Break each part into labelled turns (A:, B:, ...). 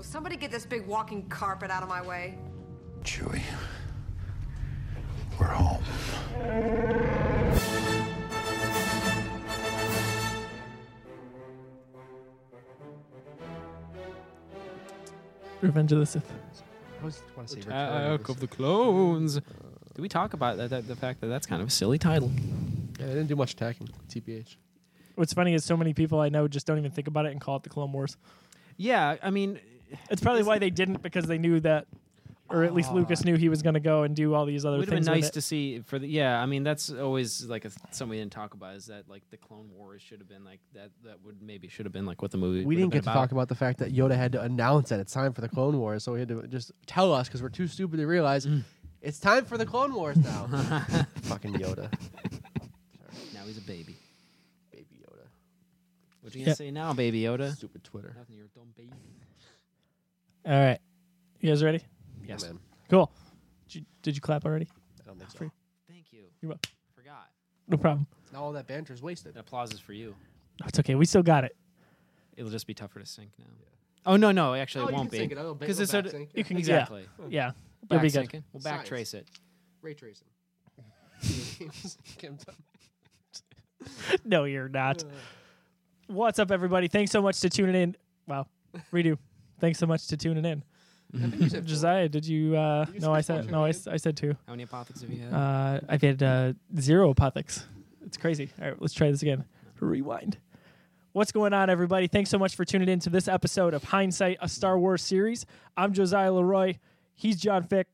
A: somebody get this big walking carpet out of my way?
B: Chewie, we're home.
C: Revenge of the Sith.
D: I always want to say Return
E: Attack
D: of
E: of
D: the...
E: the Clones. Did we talk about that, that- the fact that that's kind of a silly title?
D: Yeah, they didn't do much attacking. TPH.
C: What's funny is so many people I know just don't even think about it and call it the Clone Wars.
E: Yeah, I mean,
C: It's probably why they didn't because they knew that, or at least Lucas knew he was going to go and do all these other
E: it would have been
C: things. with
E: nice
C: it.
E: to see for the yeah. I mean, that's always like a, something we didn't talk about is that like the Clone Wars should have been like that. That would maybe should have been like what the movie.
D: We
E: would have
D: didn't
E: been
D: get to talk about the fact that Yoda had to announce that it's time for the Clone Wars, so he had to just tell us because we're too stupid to realize it's time for the Clone Wars now. Fucking Yoda,
E: Now he's a baby.
D: baby Yoda,
E: What you gonna
C: Yeah.
E: say now, baby Yoda?
D: stupid Twitter.
E: Nothing, you're a dumb baby.
C: All right, you guys ready?
E: Yes.
D: man.
C: Cool. Did you, did you clap already?
D: I don't think so.
C: Free.
E: Thank you.
C: You're welcome.
E: Forgot.
C: No problem.
D: Now all that banter is wasted.
E: That applause is for you.
C: No, It's okay. We still got it.
E: It'll just be tougher to sync now. Oh no, no, actually it won't be.
D: because
E: it's
D: it's
E: a-
C: You can yeah.
E: Exactly.
C: Yeah,
E: Back
C: you'll be good.
E: syncing. We'll back
D: Science.
E: trace it.
D: ray tracing. Kim Tom-
C: No, you're not. What's up, everybody? Thanks so much to tuning in. Wow, redo. Thanks so much to tuning in.
D: I think you said four.
C: Josiah, did you? Uh,
D: You
C: no, I
D: said
C: said
D: four.
C: no. I, s- I said two.
E: How many apotheks have you had?
C: Uh, I've had uh, zero apothics. It's crazy. All right, let's try this again. Rewind. What's going on, everybody? Thanks so much for tuning in to this episode of Hindsight, a Star Wars series. I'm Josiah Leroy. He's John Fick.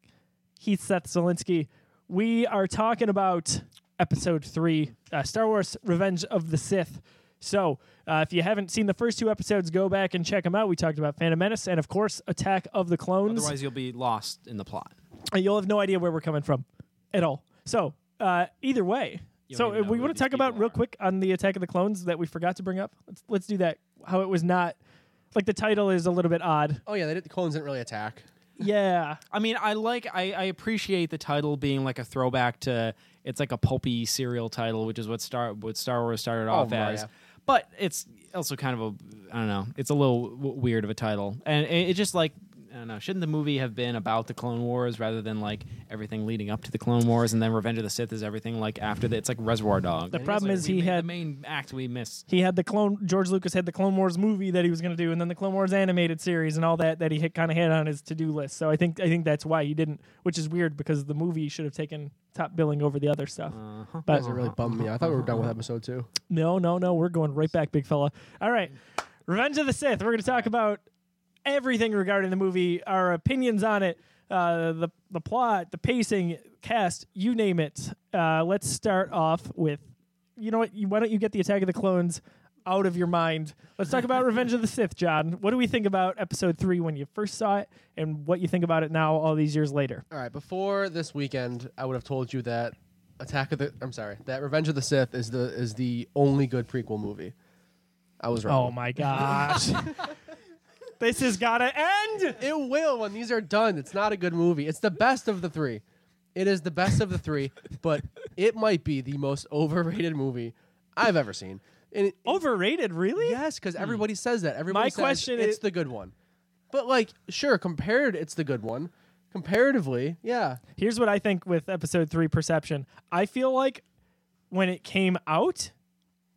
C: He's Seth Zelinsky. We are talking about episode three uh, Star Wars Revenge of the Sith. So, uh, if you haven't seen the first two episodes, go back and check them out. We talked about Phantom Menace and, of course, Attack of the Clones.
E: Otherwise, you'll be lost in the plot.
C: And you'll have no idea where we're coming from at all. So, uh, either way,
E: You don't
C: so
E: even
C: if
E: know
C: we
E: who
C: want
E: these
C: to talk about
E: people
C: real
E: are.
C: quick on the Attack of the Clones that we forgot to bring up. Let's, let's do that. How it was not like the title is a little bit odd.
D: Oh yeah, they did, the clones didn't really attack.
C: Yeah,
E: I mean, I like, I, I appreciate the title being like a throwback to, it's like a pulpy serial title, which is what Star, what Star Wars started off as.
D: Mario.
E: But it's also kind of a, I don't know, it's a little w- weird of a title, and it, it just like, I don't know, shouldn't the movie have been about the Clone Wars rather than like everything leading up to the Clone Wars, and then Revenge of the Sith is everything like after that? It's like Reservoir Dog.
C: The
E: And it's
C: problem
E: like,
C: is
E: we
C: he
E: made
C: had-
E: the main act we missed.
C: he had the clone. George Lucas had the Clone Wars movie that he was going to do, and then the Clone Wars animated series and all that that he had kind of had on his to do list. So I think I think that's why he didn't, which is weird because the movie should have taken top billing over the other stuff.
E: Uh-huh.
D: That
C: But
D: doesn't really bummed me. out. I thought we were done with episode two.
C: No, no, no. We're going right back, big fella. All right. Revenge of the Sith. We're going to talk about everything regarding the movie, our opinions on it, uh, the, the plot, the pacing, cast, you name it. Uh, let's start off with you know what? You, why don't you get the Attack of the Clones out of your mind? Let's talk about Revenge of the Sith, John. What do we think about episode three when you first saw it and what you think about it now, all these years later?
D: All right, before this weekend, I would have told you that Attack of the I'm sorry, that Revenge of the Sith is the is the only good prequel movie. I was
C: Oh,
D: wrong.
C: my gosh. this has got to end.
D: It will when these are done. It's not a good movie. It's the best of the three. It is the best of the three, but it might be the most overrated movie I've ever seen. And it,
C: Overrated, really?
D: yes, because everybody says that. Everybody
C: Hmm. My
D: says
C: question
D: it's
C: is-
D: the good one. But like, sure, compared, it's the good one. Comparatively, yeah.
C: Here's what I think with episode three perception. I feel like when it came out,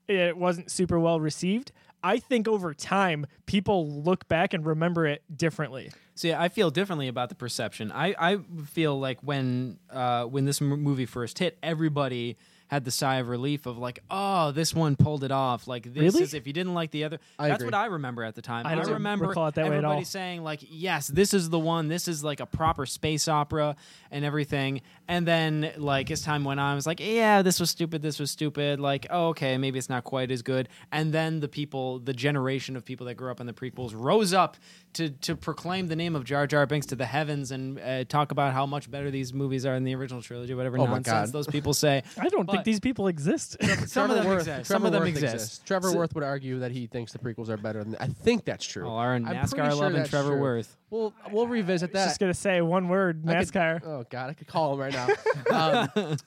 C: it wasn't super well received. I think over time, people look back and remember it differently.
E: See, I feel differently about the perception. I, I feel like when uh, when this m- movie first hit, everybody had the sigh of relief of like, oh, this one pulled it off. Like this
C: Really?
E: is if you didn't like the other.
D: I
E: that's
D: agree.
E: what I remember at the time.
C: I don't
E: remember
C: recall it that way at
E: everybody
C: all.
E: saying like, yes, this is the one. This is like a proper space opera and everything. And then like as time went on, I was like, yeah, this was stupid. This was stupid. Like, oh, okay, maybe it's not quite as good. And then the people, the generation of people that grew up on the prequels, rose up to to proclaim the name of Jar Jar Binks to the heavens and uh, talk about how much better these movies are than the original trilogy, whatever
D: Oh my
E: nonsense
D: God.
E: those people say.
C: I don't think
E: But-
C: these people exist.
E: Some
D: Trevor
E: of them
D: Worth-
E: exist.
D: Trevor
E: Some of them
D: Worth
E: exist.
D: exists. Trevor Worth would argue that he thinks the prequels are better than. I think that's true.
E: Oh, our
D: I'm pretty
E: NASCAR
D: sure
E: loving
D: that's
E: Trevor
D: true.
E: Worth.
D: We'll we'll revisit that.
C: Just gonna say one word,
D: I could-
C: NASCAR.
D: oh God, I could call him right now. um,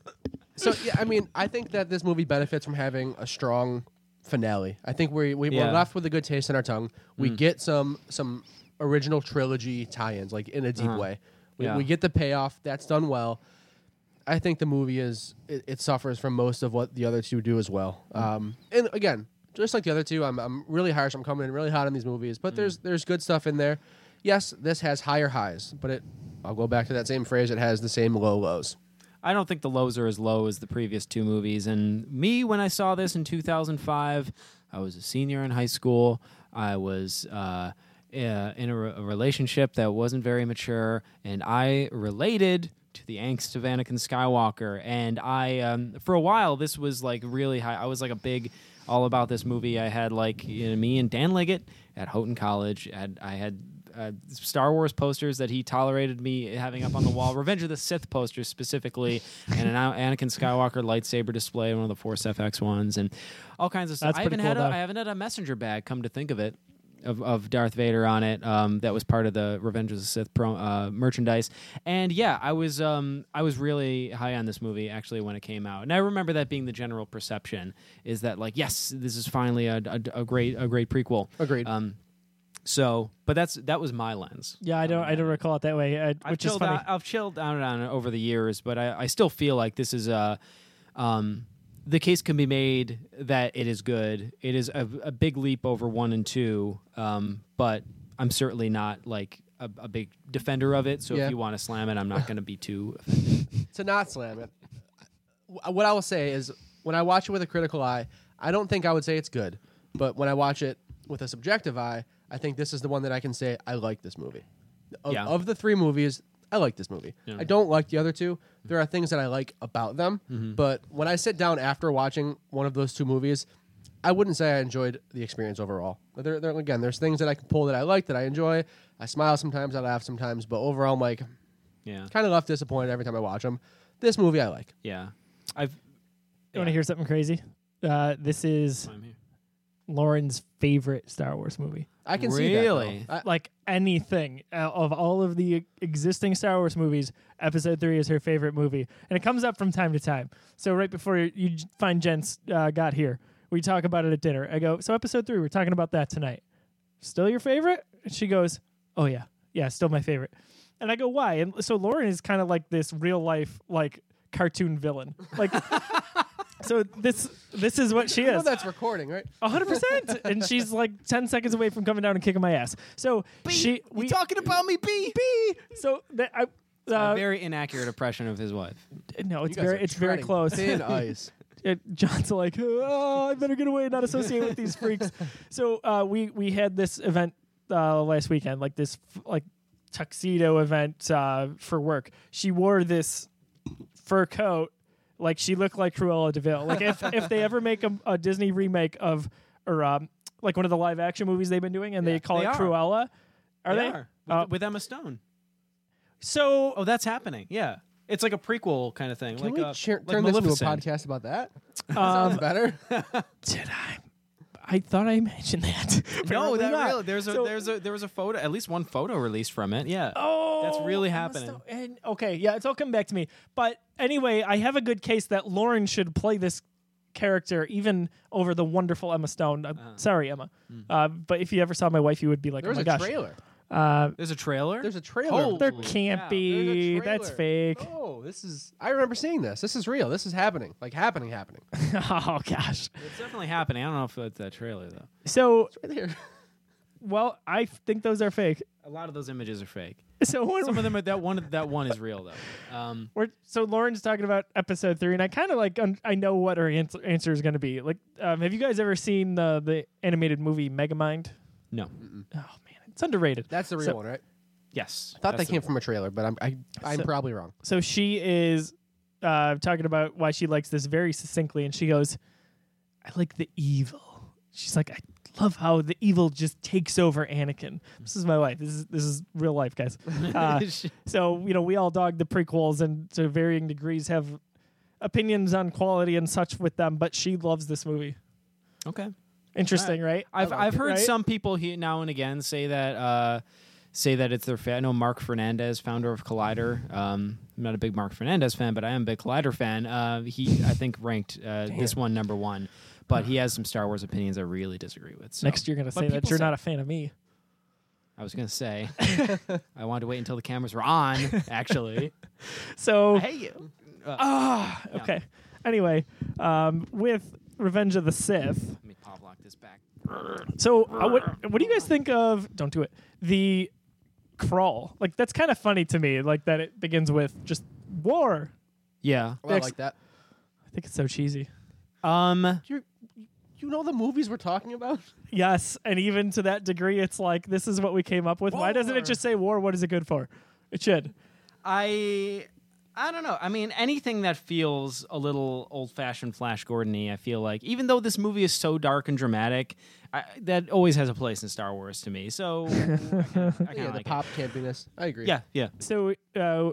D: so yeah, I mean, I think that this movie benefits from having a strong finale. I think we, we
E: Yeah.
D: we're left with a good taste in our tongue. We get some some original trilogy tie-ins, like in a deep way. We,
E: Yeah.
D: we get the payoff. That's done well. I think the movie is it, it suffers from most of what the other two do as well. Um, and again, just like the other two, I'm I'm really harsh. I'm coming in really hot on these movies, but there's there's good stuff in there. Yes, this has higher highs, but it I'll go back to that same phrase. It has the same low lows.
E: I don't think the lows are as low as the previous two movies. And me, when I saw this in 2005, I was a senior in high school. I was uh, uh, in a, re- a relationship that wasn't very mature, and I related to the angst of Anakin Skywalker. And I, um, for a while, this was like really high. I was like a big all about this movie. I had like you know, me and Dan Liggett at Houghton College. Had, I had uh, Star Wars posters that he tolerated me having up on the wall, Revenge of the Sith posters specifically, and an An- Anakin Skywalker lightsaber display, one of the Force FX ones, and all kinds of stuff.
C: That's
E: I
C: pretty
E: haven't
C: cool,
E: had a,
C: though.
E: I haven't had a messenger bag. Come to think of it, of, of Darth Vader on it, um, that was part of the Revenge of the Sith pro, uh, merchandise. And yeah, I was um, I was really high on this movie actually when it came out, and I remember that being the general perception is that like yes, this is finally a, a, a great a great prequel.
D: Agreed.
E: Um, so, but that's that was my lens.
C: Yeah, I don't. I don't recall it that way, uh,
E: I've
C: which is
E: chilled
C: funny.
E: Out, I've chilled out on it over the years, but I, I still feel like this is a. Um, the case can be made that it is good. It is a, a big leap over one and two, um, but I'm certainly not like a, a big defender of it. So
D: Yeah.
E: if you want to slam it, I'm not going to be too.
D: to not slam it. w- What I will say is, when I watch it with a critical eye, I don't think I would say it's good. But when I watch it with a subjective eye, I think this is the one that I can say I like this movie. Of,
E: Yeah.
D: of the three movies, I like this movie. I don't like the other two. There are things that I like about them, but when I sit down after watching one of those two movies, I wouldn't say I enjoyed the experience overall. There, there, again, there's things that I can pull that I like that I enjoy. I smile sometimes, I laugh sometimes, but overall, I'm like,
E: Yeah,
D: kind of left disappointed every time I watch them. This movie I like.
E: yeah. I've.
C: You want to hear something crazy? Uh, this is
E: I'm here.
C: Lauren's favorite Star Wars movie.
D: I can see
E: Really?
D: that. though. I,
C: uh, Like anything uh, of all of the existing Star Wars movies, Episode Three is her favorite movie, and it comes up from time to time. So right before you j- find Jen's uh, got here, we talk about it at dinner. I go, "So Episode Three, we're talking about that tonight. Still your favorite?" And she goes, "Oh yeah, yeah, still my favorite." And I go, "Why?" And so Lauren is kind of like this real life like cartoon villain, like. So this this is what she
D: I know
C: is.
D: that's recording, right?
C: A hundred percent. And she's like ten seconds away from coming down and kicking my ass. So she we
E: talking about me, B. B.
C: so that I.
E: A
C: Uh,
E: very inaccurate impression of his wife.
C: no, it's
D: You guys
C: very
D: are
C: it's very
D: treading
C: close.
D: Thin ice.
C: it, John's like, oh, I better get away, and not associate with these freaks. So uh, we we had this event uh, last weekend, like this f- like tuxedo event uh, for work. She wore this fur coat, like she looked like Cruella Deville. Like if if they ever make a, a Disney remake of or um, like one of the live action movies they've been doing, and they call
E: they
C: it
E: are.
C: Cruella, are they?
E: With,
C: Uh,
E: with Emma Stone.
C: so
E: Oh, that's happening. Yeah. It's like a prequel kind of thing.
D: Can
E: like
D: we
E: a,
D: cheer-
E: like
D: turn this into a
E: Maleficent.
D: podcast about that? Sounds better.
C: did I? I thought I mentioned that.
E: No,
C: Apparently
E: that
C: not.
E: really, there's a
C: So-
E: there's a there was a photo, at least one photo released from it. Yeah.
C: Oh,
E: That's really
C: I must
E: happening.
C: have- and- okay, yeah, it's all coming back to me. But anyway, I have a good case that Lauren should play this character even over the wonderful Emma Stone. I'm
E: Uh-huh.
C: sorry, Emma.
E: Mm-hmm.
C: Uh, but if you ever saw my wife, you would be like,
D: There's
C: "Oh my
D: a
C: gosh,
D: trailer.
E: There's a trailer.
D: There's a trailer.
E: Oh,
C: there
E: Holy
C: can't
E: cow,
C: be.
D: There's a
C: That's
D: trailer.
C: fake."
D: Oh, this is. I remember seeing this. This is real. This is happening. Like happening, happening.
C: oh gosh.
E: it's definitely happening. I don't know if it's that trailer though.
C: So,
D: Right there.
C: well, I think those are fake.
E: A lot of those images are fake.
C: So when
E: Some of them are, that one that one is real though. Um,
C: we're so Lauren's talking about episode three, and I kind of like un- I know what her answer, answer is going to be. Like, um, have you guys ever seen the the animated movie Megamind?
E: no.
C: Oh man, it's underrated.
D: That's the real
C: So-
D: one, right?
E: Yes.
D: Thought
E: That's
D: that
E: the-
D: came from a trailer, but I'm I, I'm
C: So-
D: probably wrong.
C: So she is uh, talking about why she likes this very succinctly, and she goes, "I like the evil." She's like, "I love how the evil just takes over Anakin." This is my wife. This is this is real life, guys. Uh, so you know, we all dog the prequels, and to varying degrees have opinions on quality and such with them. But she loves this movie.
E: Okay.
C: Interesting, right?
E: I've I've heard
C: right?
E: some people he, now and again say that uh, say that it's their fan. I know Mark Fernandez, founder of Collider. Um, I'm not a big Mark Fernandez fan, but I am a big Collider fan. Uh, he I think ranked uh, this one number one, but he has some Star Wars opinions I really disagree with. so-
C: Next, you're gonna
E: But
C: say that
E: people
C: you're
E: say-
C: not a fan of me.
E: I was gonna say I wanted to wait until the cameras were on. Actually,
C: So
E: hey you.
C: okay. Anyway, um, with Revenge of the Sith,
E: Let me pop lock this back.
C: So uh, what what do you guys think of? Don't do it. The crawl, like that's kind of funny to me. Like that it begins with just war.
E: Yeah.
D: Oh, I
C: Ex-
D: like that.
C: I think it's so cheesy.
E: Um.
D: You you know the movies we're talking about?
C: Yes, and even to that degree, it's like this is what we came up with. Why doesn't it just say war? What is it good for? It should.
E: I I don't know. I mean, anything that feels a little old-fashioned Flash Gordon-y, I feel like, even though this movie is so dark and dramatic, I, that always has a place in Star Wars to me. So I kinda- I kind
D: Yeah,
E: of
D: the
E: like
D: pop campiness. I agree.
E: it. Yeah, yeah.
C: So uh,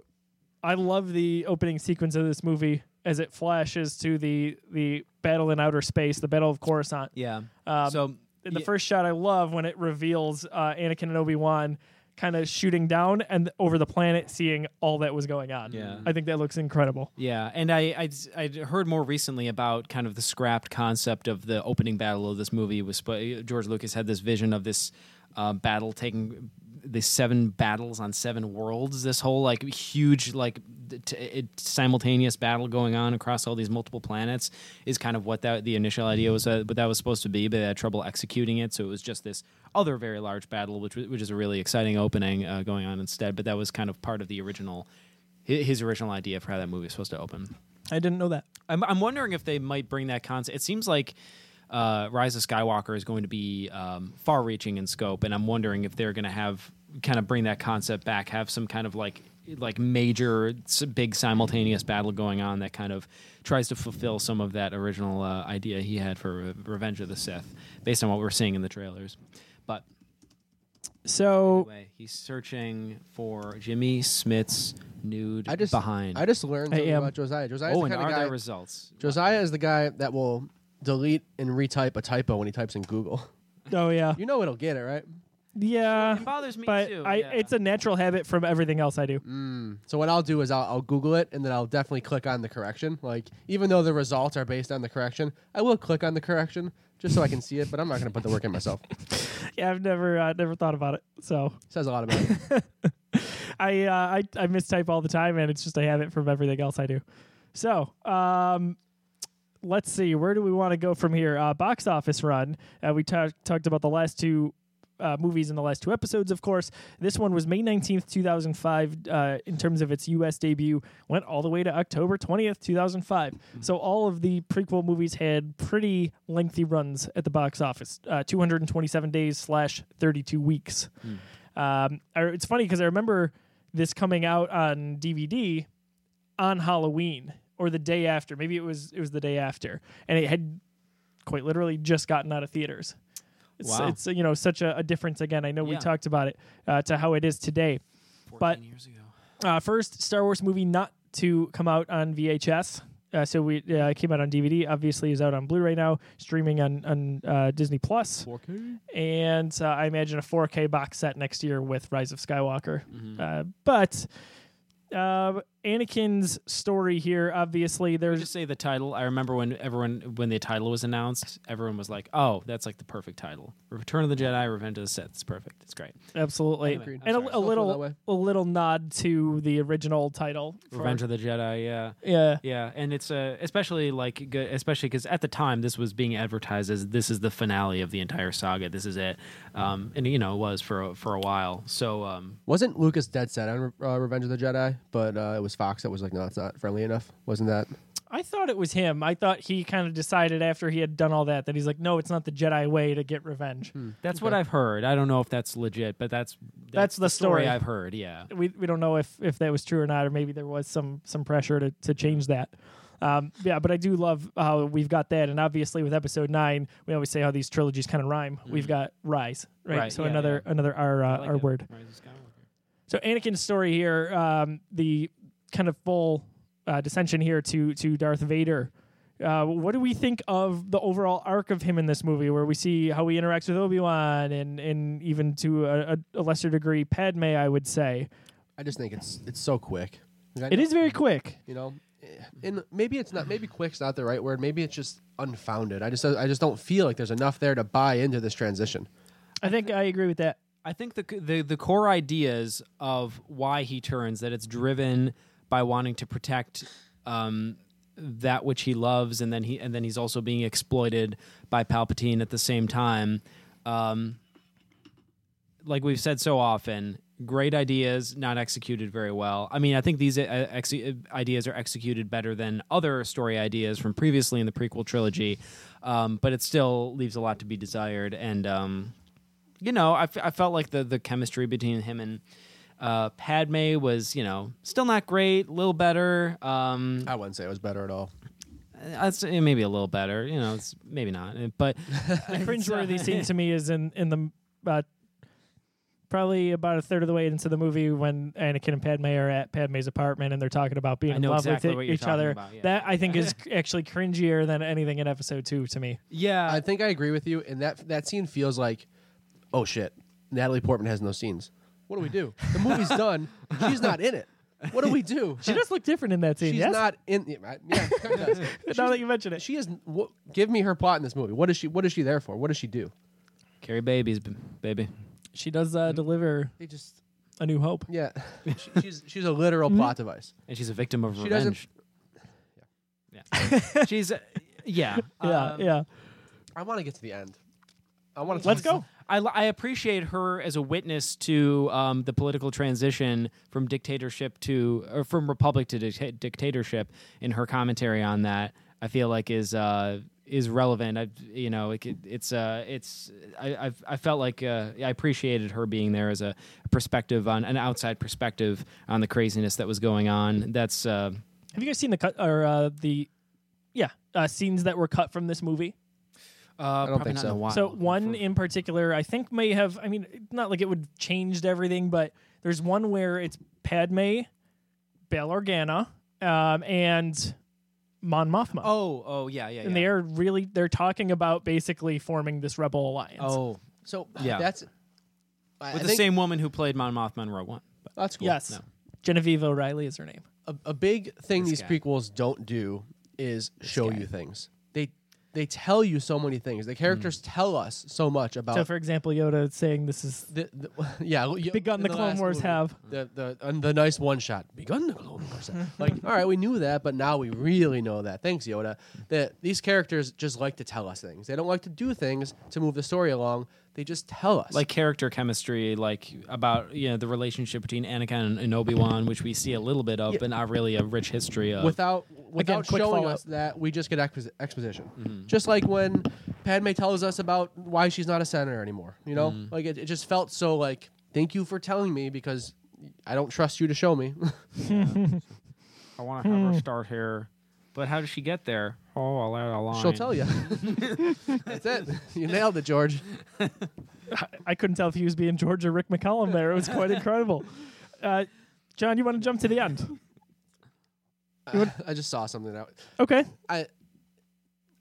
C: I love the opening sequence of this movie as it flashes to the the battle in outer space, the battle of Coruscant.
E: Yeah.
C: Um,
E: so
C: in the
E: yeah,
C: first shot I love when it reveals uh, Anakin and Obi Wan kind of shooting down and over the planet, seeing all that was going on.
E: Yeah.
C: I think that looks incredible.
E: yeah, and I I'd, I'd heard more recently about kind of the scrapped concept of the opening battle of this movie was sp- George Lucas had this vision of this uh, battle taking the seven battles on seven worlds this whole like huge like d- t- it, simultaneous battle going on across all these multiple planets is kind of what that the initial idea was uh, but that was supposed to be but they had trouble executing it so it was just this other very large battle which was- which is a really exciting opening uh, going on instead but that was kind of part of the original hi- his original idea for how that movie was supposed to open
C: I didn't know that.
E: I'm, I'm wondering if they might bring that concept. It seems like uh, Rise of Skywalker is going to be um, far-reaching in scope, and I'm wondering if they're going to have kind of bring that concept back, have some kind of like like major s- big simultaneous battle going on that kind of tries to fulfill some of that original uh, idea he had for Re- Revenge of the Sith, based on what we're seeing in the trailers. But
C: So
E: anyway, he's searching for Jimmy Smith's nude
D: I just
E: behind.
D: I just learned
C: I
D: something
C: am.
D: about Josiah. Josiah's
E: oh,
D: the
E: and
D: kind
E: are
D: of guy.
E: there results?
D: Josiah is the guy that will delete and retype a typo when he types in Google.
C: oh yeah.
D: You know it'll get it right.
C: Yeah.
E: It bothers me
C: But
E: too.
C: I
E: yeah. Mm.
C: it's a natural habit from everything else I do.
D: So what I'll do is I'll, I'll Google it and then I'll definitely click on the correction. Like even though the results are based on the correction, I will click on the correction just so I can see it. But I'm not going to put the work in myself.
C: Yeah, I've never uh, never thought about it. So
D: Says a lot about it.
C: I, uh, I I mistype all the time, and it's just a habit from everything else I do. So, um, let's see, where do we want to go from here? Uh, box office run. Uh, we ta- talked about the last two uh, movies in the last two episodes, of course. This one was May nineteenth, two thousand five. Uh, in terms of its U.S. debut, went all the way to October twentieth, two thousand five. So all of the prequel movies had pretty lengthy runs at the box office. Uh, two hundred and twenty-seven days slash thirty-two weeks. Um, I, it's funny because I remember this coming out on DVD on Halloween or the day after. Maybe it was it was the day after, and it had quite literally just gotten out of theaters. It's,
E: Wow.
C: it's you know such a, a difference. Again, I know we
E: Yeah.
C: talked about it uh, to how it is today.
E: 14
C: but-
E: years ago.
C: Uh, first Star Wars movie not to come out on VHS. Uh, so we uh, it came out on DVD. Obviously, is out on Blu-ray now, streaming on on uh, Disney Plus, and uh, I imagine a 4K box set next year with Rise of Skywalker. Uh, but uh, Anakin's story here, obviously,
E: Can I
C: there's
E: just say the title. I remember when everyone when the title was announced, everyone was like, "Oh, that's like the perfect title. Return of the Jedi, Revenge of the Sith. It's perfect. It's great.
C: absolutely
E: Agreed.
C: and
E: I'm sorry.
C: a, a
E: Still
D: feel that
C: little
D: way.
C: a little nod to the original title. for-
E: Revenge of the Jedi. Yeah,
C: yeah.
E: yeah. And it's uh, especially like good, especially because at the time this was being advertised as this is the finale of the entire saga. This is it. Um, and you know it was for a, for a while. So um,
D: Wasn't Lucas dead set on uh, Revenge of the Jedi? But uh, it was Fox that was like, no, it's not friendly enough. Wasn't that?
C: I thought it was him. I thought he kind of decided after he had done all that that he's like, no, it's not the Jedi way to get revenge.
E: that's what I've heard. I don't know if that's legit, but that's
C: That's
E: that's,
C: the story.
E: I've heard. Yeah.
C: We we don't know if if that was true or not, or maybe there was some some pressure to to change that. Um, yeah, but I do love how we've got that, and obviously with episode nine, we always say how these trilogies kind of rhyme. We've got rise, right?
E: Mm-hmm. Right,
C: so
E: yeah,
C: another another R uh,
E: I
C: R
E: like it.
C: word.
E: Rise of Skywalker.
C: So Anakin's story here, um, the kind of full uh, dissension here to to Darth Vader. Uh, what do we think of the overall arc of him in this movie, where we see how he interacts with Obi Wan and and even to a, a- a lesser degree Padme? I would say
D: I just think it's it's so quick. Like, I
C: it is very quick.
D: you know and maybe it's not maybe quick's not the right word maybe it's just unfounded i just i just don't feel like there's enough there to buy into this transition
C: I think I agree with that.
E: I think the, c- the the core ideas of why he turns that it's driven by wanting to protect um, that which he loves, and then he and then he's also being exploited by Palpatine at the same time. Um, like we've said so often, great ideas not executed very well. I mean, I think these uh, exe- ideas are executed better than other story ideas from previously in the prequel trilogy, um, but it still leaves a lot to be desired. And um, you know, I, f- I felt like the the chemistry between him and uh, Padme was, you know, still not great, a little better. Um,
D: I wouldn't say it was better at all.
E: I'd say maybe a little better. You know, it's maybe not, eh, but
C: The cringeworthy scene to me is in in the uh, probably about a third of the way into the movie when Anakin and Padme are at Padme's apartment and they're talking about being
E: I
C: in
E: know
C: love
E: exactly
C: with
E: what
C: e-
E: you're
C: each
E: talking
C: other.
E: about, yeah.
C: That I think is actually cringier than anything in Episode Two to me.
E: yeah,
D: I think I agree with you, and that that scene feels like, oh shit, Natalie Portman has no scenes. What do we do? The movie's done. She's not in it. What do we do?
C: She does look different in that scene.
D: She's
C: yes?
D: not in. Yeah, right, yeah, kinda does. She's-
C: now that you mention it,
D: she is. wha- give me her plot in this movie. What is she? What is she there for? What does she do?
E: carry babies, b- baby.
C: she does uh, deliver
D: They just.
C: a new hope.
D: Yeah, Mm-hmm. She- she's she's a literal plot device.
E: and she's a victim of
D: She doesn't-
E: revenge. Yeah, she's eh, yeah,
C: Yeah,
E: um,
C: yeah.
D: I want to get to the end. I want to.
C: Let's go.
E: I, li- I appreciate her as a witness to um, the political transition from dictatorship to or from republic to dicta- dictatorship in her commentary on that I feel like is uh, is relevant I you know it, could- it's uh, it's I I've, I felt like uh, I appreciated her being there as a perspective on an outside perspective on the craziness that was going on that's uh,
C: Have you guys seen the cut or uh, the yeah uh, scenes that were cut from this movie?
E: uh, I
D: don't think so.
C: So one in particular, I think may have. I mean, it's not like it would have changed everything, but there's one where it's Padme, Bail Organa, um, and Mon Mothma,
E: oh oh yeah yeah
C: and they are really they're talking about basically forming this rebel alliance.
E: oh
D: So
E: Yeah.
D: that's. I,
E: with
D: I
E: the
D: think-
E: same woman who played Mon Mothma in Rogue One.
D: That's cool.
C: yes,
E: No.
C: Genevieve O'Reilly is her name.
D: a, a big thing
E: This
D: these
E: guy.
D: prequels don't do is show
E: guy.
D: you things. They they tell you so many things. The characters
E: Mm.
D: tell us so much about.
C: So,
E: Oh.
C: for example, Yoda saying this is
D: the, the, yeah, you-
C: Begun
D: in
C: the Clone
D: last
C: Wars have.
D: the the and the nice one shot. Begun the Clone Wars. have. like, all right, we knew that, but now we really know that. Thanks, Yoda. That these characters just like to tell us things. They don't like to do things to move the story along. They just tell us.
E: Like character chemistry, like about you know the relationship between Anakin and, and Obi Wan, which we see a little bit of, but not really a rich history of.
D: without without
C: Uh, quick
D: showing
C: follow-up. Mm-hmm.
D: us that we just get expo- exposition. Just like when Padme tells us about why she's not a senator anymore. You know,
C: Mm-hmm.
D: like it, it just felt so like thank you for telling me because I don't trust you to show me.
E: I want to
D: Hmm.
E: have her start here, but how does she get there? Oh, I'll add a line.
D: She'll tell you. That's it. You nailed it, George.
C: I couldn't tell if he was being George or Rick McCollum there. It was quite incredible. Uh, John, you want to jump to the end?
D: I just saw something that
C: Okay.
D: I.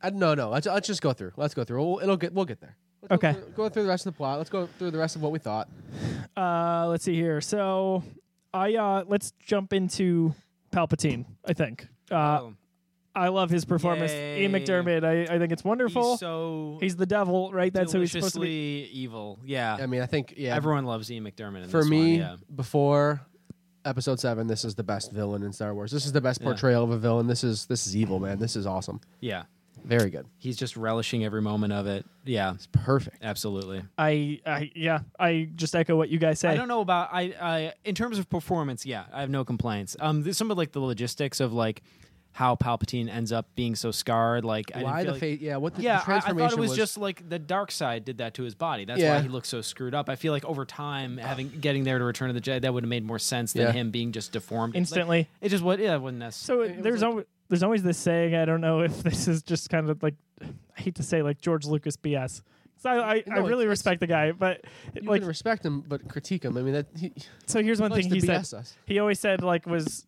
D: I no no. Let's, let's just go through. Let's go through. We'll, it'll get. We'll get there. Let's go
C: Okay.
D: through- Go through the rest of the plot. Let's go through the rest of what we thought.
C: Uh, let's see here. So, I uh, let's jump into Palpatine. I think uh,
E: Oh,
C: I love his performance.
E: Yay.
C: Ian McDermott. I, I think it's wonderful.
E: he's so
C: He's the devil, right? That's who he's supposed to be.
E: deliciously evil. Yeah,
C: Uh,
D: I mean, I think yeah.
E: everyone loves Ian McDermott. In
D: for
E: this
D: me
E: one,
D: before episode 7 this is the best villain in star wars this is the best portrayal of a villain this is this is evil man this is awesome
E: yeah, yeah,
D: very good
E: he's just relishing every moment of it. Yeah,
D: perfect
E: absolutely.
C: I, I, yeah. I just echo what you guys say.
E: I don't know about I, I in terms of performance. Yeah, I have no complaints. Um, there's some of like the logistics of like how Palpatine ends up being so scarred. Like I didn't
D: why
E: feel
D: the
E: like,
D: fate yeah what the,
E: Yeah,
D: the
E: I- I,
D: transformation
E: thought it was, just like the dark side did that to his body. That's
D: Yeah.
E: why he looked so screwed up. I feel like over time, having getting there to Return of the Jedi, that would have made more sense than
D: Yeah.
E: him being just deformed Like,
C: Instantly.
E: it just what yeah, it wasn't necessary.
C: So there's always there's always this saying. I don't know if this is just kind of like I hate to say like George Lucas BS. 'Cause I, I, I
D: No,
C: really
D: it's-
C: respect the guy, but
D: you
C: like
D: can respect him but critique him i mean that he, he
C: so here's one
D: likes
C: thing
D: to
C: he said.
D: BS us
C: He always said like was,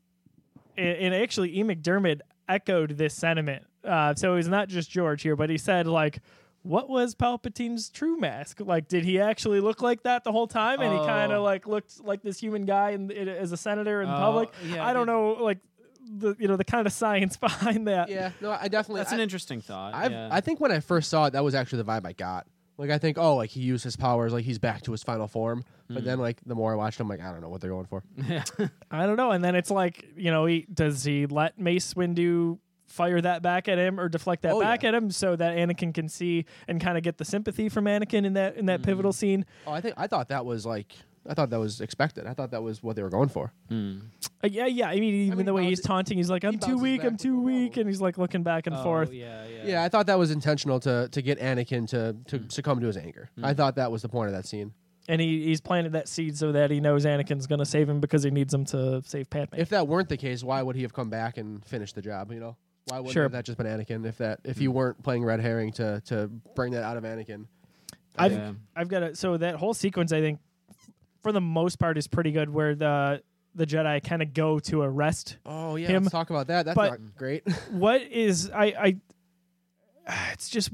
C: and- and actually E. McDermott echoed this sentiment. Uh, so it was not just George here, but he said like, what was Palpatine's true mask? Like, did he actually look like that the whole time? And he kind
E: Oh.
C: of like looked like this human guy and as a senator in
E: Oh,
C: public.
E: yeah,
C: I don't
E: did-
C: know like the you know the kind of science behind that.
D: yeah no i definitely
E: That's
D: I,
E: an interesting thought.
D: I've,
E: yeah.
D: I think when i first saw it that was actually the vibe i got Like I think, oh, like he used his powers, like he's back to his final form.
E: Hmm.
D: But then, like the more I watched, I'm like, I don't know what they're going for.
C: I don't know. And then it's like, you know, he, does he let Mace Windu fire that back at him or deflect that
D: Oh,
C: back
D: yeah.
C: at him so that Anakin can see and kind of get the sympathy from Anakin in that in that pivotal scene?
D: Oh, I think I thought that was like I thought that was expected. I thought that was what they were going for.
C: Uh, yeah, yeah. I mean, even
D: mean,
C: the way
D: bounce-
C: he's taunting, he's like, "I'm too
D: bounces
C: weak.
D: back
C: I'm
D: with
C: too
D: the
C: weak,"
D: wall. Oh,
C: and he's like looking back and forth.
E: Oh, yeah, yeah.
D: Yeah, I thought that was intentional to to get Anakin to to succumb to his anger. I thought that was the point of that scene.
C: And he, he's planted that seed so that he knows Anakin's going to save him because he needs him to save Padme.
D: If that weren't the case, why would he have come back and finished the job? You know, why wouldn't
C: Sure.
D: have that just been Anakin? If that if you weren't playing red herring to to bring that out of Anakin.
C: I've
E: Yeah.
C: I've got a so that whole sequence I think for the most part is pretty good where the the Jedi kind of go to a rest
D: Oh yeah,
C: Him-
D: let's talk about that. That's
C: but-
D: not great.
C: what is I I it's just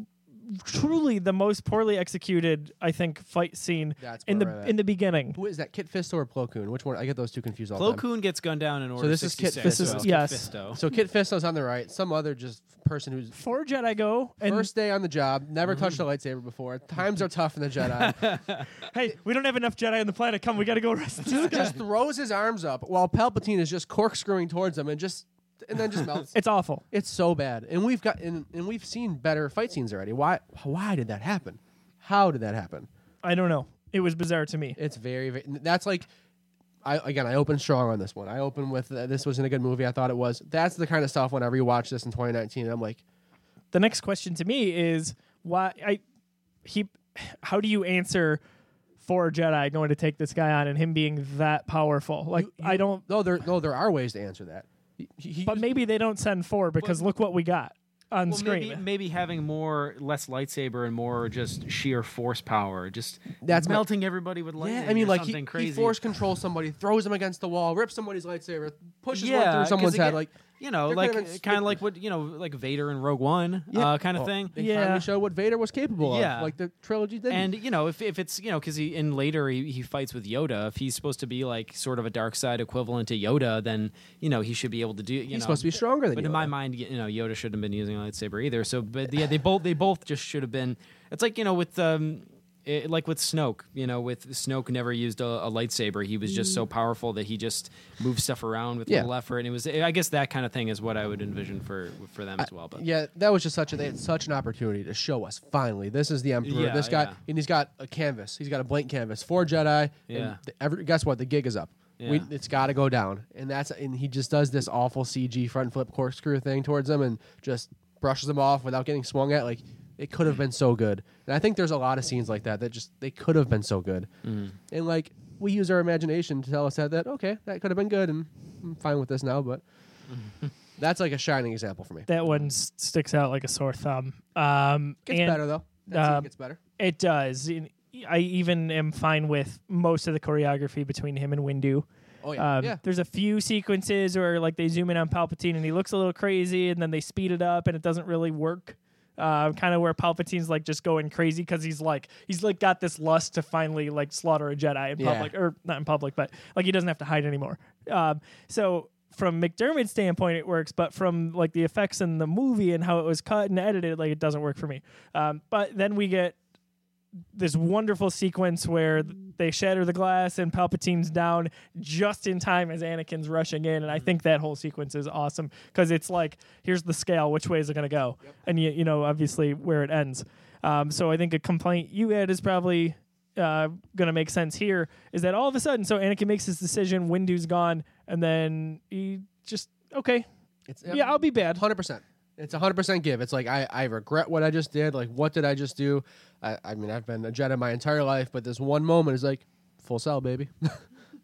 C: truly the most poorly executed I think fight scene
D: That's
C: in
D: where
C: the
D: we're at.
C: in the beginning.
D: Who is that? Kit Fisto or Plo Koon? Which one? I get those two confused all the
E: Plo
D: time.
E: Koon gets gunned down in order.
D: this is Kit
E: 66,
D: This
E: so
D: is-
E: it's
C: yes.
E: Kit Fisto.
D: So Kit Fisto's on the right. Some other just person who's
C: Four Jedi go and
D: first day on the job, never touched a lightsaber before. Times are tough in the Jedi.
C: hey, we don't have enough Jedi on the planet. Come, we got to go rest.
D: just throws his arms up while Palpatine is just corkscrewing towards him and just and then just melts.
C: it's awful.
D: It's so bad. And we've got and, and we've seen better fight scenes already. Why why did that happen? How did that happen?
C: I don't know. It was bizarre to me.
D: It's very, very that's like I again I opened strong on this one. I opened with uh, this wasn't a good movie. I thought it was. That's the kind of stuff when I rewatched this in 2019 I'm like,
C: the next question to me is why I he how do you answer for Jedi going to take this guy on and him being that powerful? Like I don't
D: no there no there are ways to answer that. He- he
C: but
D: used-
C: maybe they don't send four because look what we got on
E: Well,
C: screen.
E: maybe, maybe having more, less lightsaber and more just sheer force power, just
D: That's my-
E: melting everybody with lightning.
D: Yeah, I mean,
E: or
D: like he,
E: something
D: he
E: crazy.
D: force controls somebody, throws him against the wall, rips somebody's lightsaber, pushes
E: yeah,
D: one through
E: 'cause
D: someone's
E: it
D: head.
E: get-
D: Like
E: you know,
D: they're
E: like
D: gonna
E: kind of
D: stick-
E: like what you know, like Vader in Rogue One, uh, kind of thing.
D: Oh, They
C: Yeah.
D: finally showed what Vader was capable
E: Yeah.
D: of. Like the trilogy did.
E: And you know, if if it's you know, because he in later he, he fights with Yoda. If he's supposed to be like sort of a dark side equivalent to Yoda, then you know he should be able to do. You
D: he's
E: know,
D: supposed to be stronger than
E: But
D: you.
E: in my mind, you know, Yoda shouldn't have been using a lightsaber either. So, but yeah, they both they both just should have been. It's like you know with um, it, like with Snoke. You know, with Snoke never used a, a lightsaber. He was just so powerful that he just moved stuff around with
D: Mm. Yeah.
E: little effort, and it was. I guess that kind of thing is what I would envision for for them as well. But
D: yeah, that was just such a they had such an opportunity to show us finally. This is the Emperor.
E: Yeah,
D: this guy
E: yeah.
D: and he's got a canvas. He's got a blank canvas. Four Jedi.
E: Yeah.
D: And the, every, guess what? The gig is up. We,
E: Yeah.
D: it's got to go down. And that's and he just does this awful CG front flip corkscrew thing towards them and just brushes them off without getting swung at. Like it could have been so good. And I think there's a lot of scenes like that that just they could have been so good.
E: Mm.
D: And like we use our imagination to tell us that that okay that could have been good and I'm fine with this now, but. That's like a shining example for me.
C: that one s- sticks out like a sore thumb. Um,
D: Gets
C: and
D: better though. That scene
C: um,
D: gets better.
C: It does. And I even am fine with most of the choreography between him and Windu.
D: Oh yeah,
C: Um,
D: yeah.
C: There's a few sequences where like they zoom in on Palpatine and he looks a little crazy, and then they speed it up and it doesn't really work. Uh, kind of where Palpatine's like just going crazy because he's like he's like got this lust to finally like slaughter a Jedi in
D: Yeah.
C: public or not in public, but like he doesn't have to hide anymore. Um, so from McDermott's standpoint, it works, but from like the effects in the movie and how it was cut and edited, like it doesn't work for me. Um, but then we get this wonderful sequence where th- they shatter the glass and Palpatine's down just in time as Anakin's rushing in, and
E: Mm-hmm.
C: I think that whole sequence is awesome because it's like here's the scale, which way is it going to go, and you you know obviously where it ends. Um, so I think a complaint you had is probably uh, going to make sense here is that all of a sudden, so Anakin makes his decision, Windu's gone, and then he just okay,
D: It's,
C: yeah, I'll be bad.
D: hundred percent. It's hundred percent give. It's like I, I regret what I just did. Like what did I just do? I, I mean I've been a Jedi my entire life, but this one moment is like full cell, baby.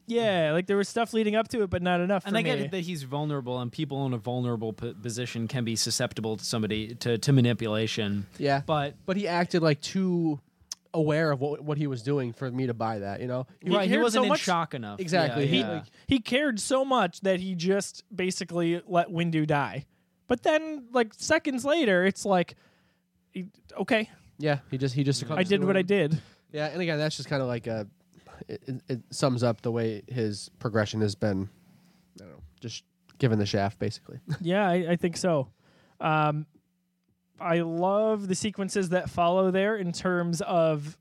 C: Yeah, like there was stuff leading up to it, but not enough.
E: And
C: for
E: I get
C: me.
E: it that he's vulnerable, and people in a vulnerable p- position can be susceptible to somebody to, to manipulation.
D: yeah,
E: but
D: but he acted like too aware of what what he was doing for me to buy that. You know,
C: He
E: right, he
C: cared
E: wasn't
C: so
E: in
C: much-
E: shock enough.
D: Exactly.
E: Yeah,
D: He-
E: yeah.
D: like,
C: he cared so much that he just basically let Windu die. But then, like seconds later, it's like, he- okay,
D: yeah, he just he just succumbs
C: I did
D: to
C: what
D: it.
C: I did.
D: Yeah, and again, that's just kind of like a. It, it, it sums up the way his progression has been. I don't know, just given the shaft basically.
C: yeah, I, I think so. Um, I love the sequences that follow there in terms of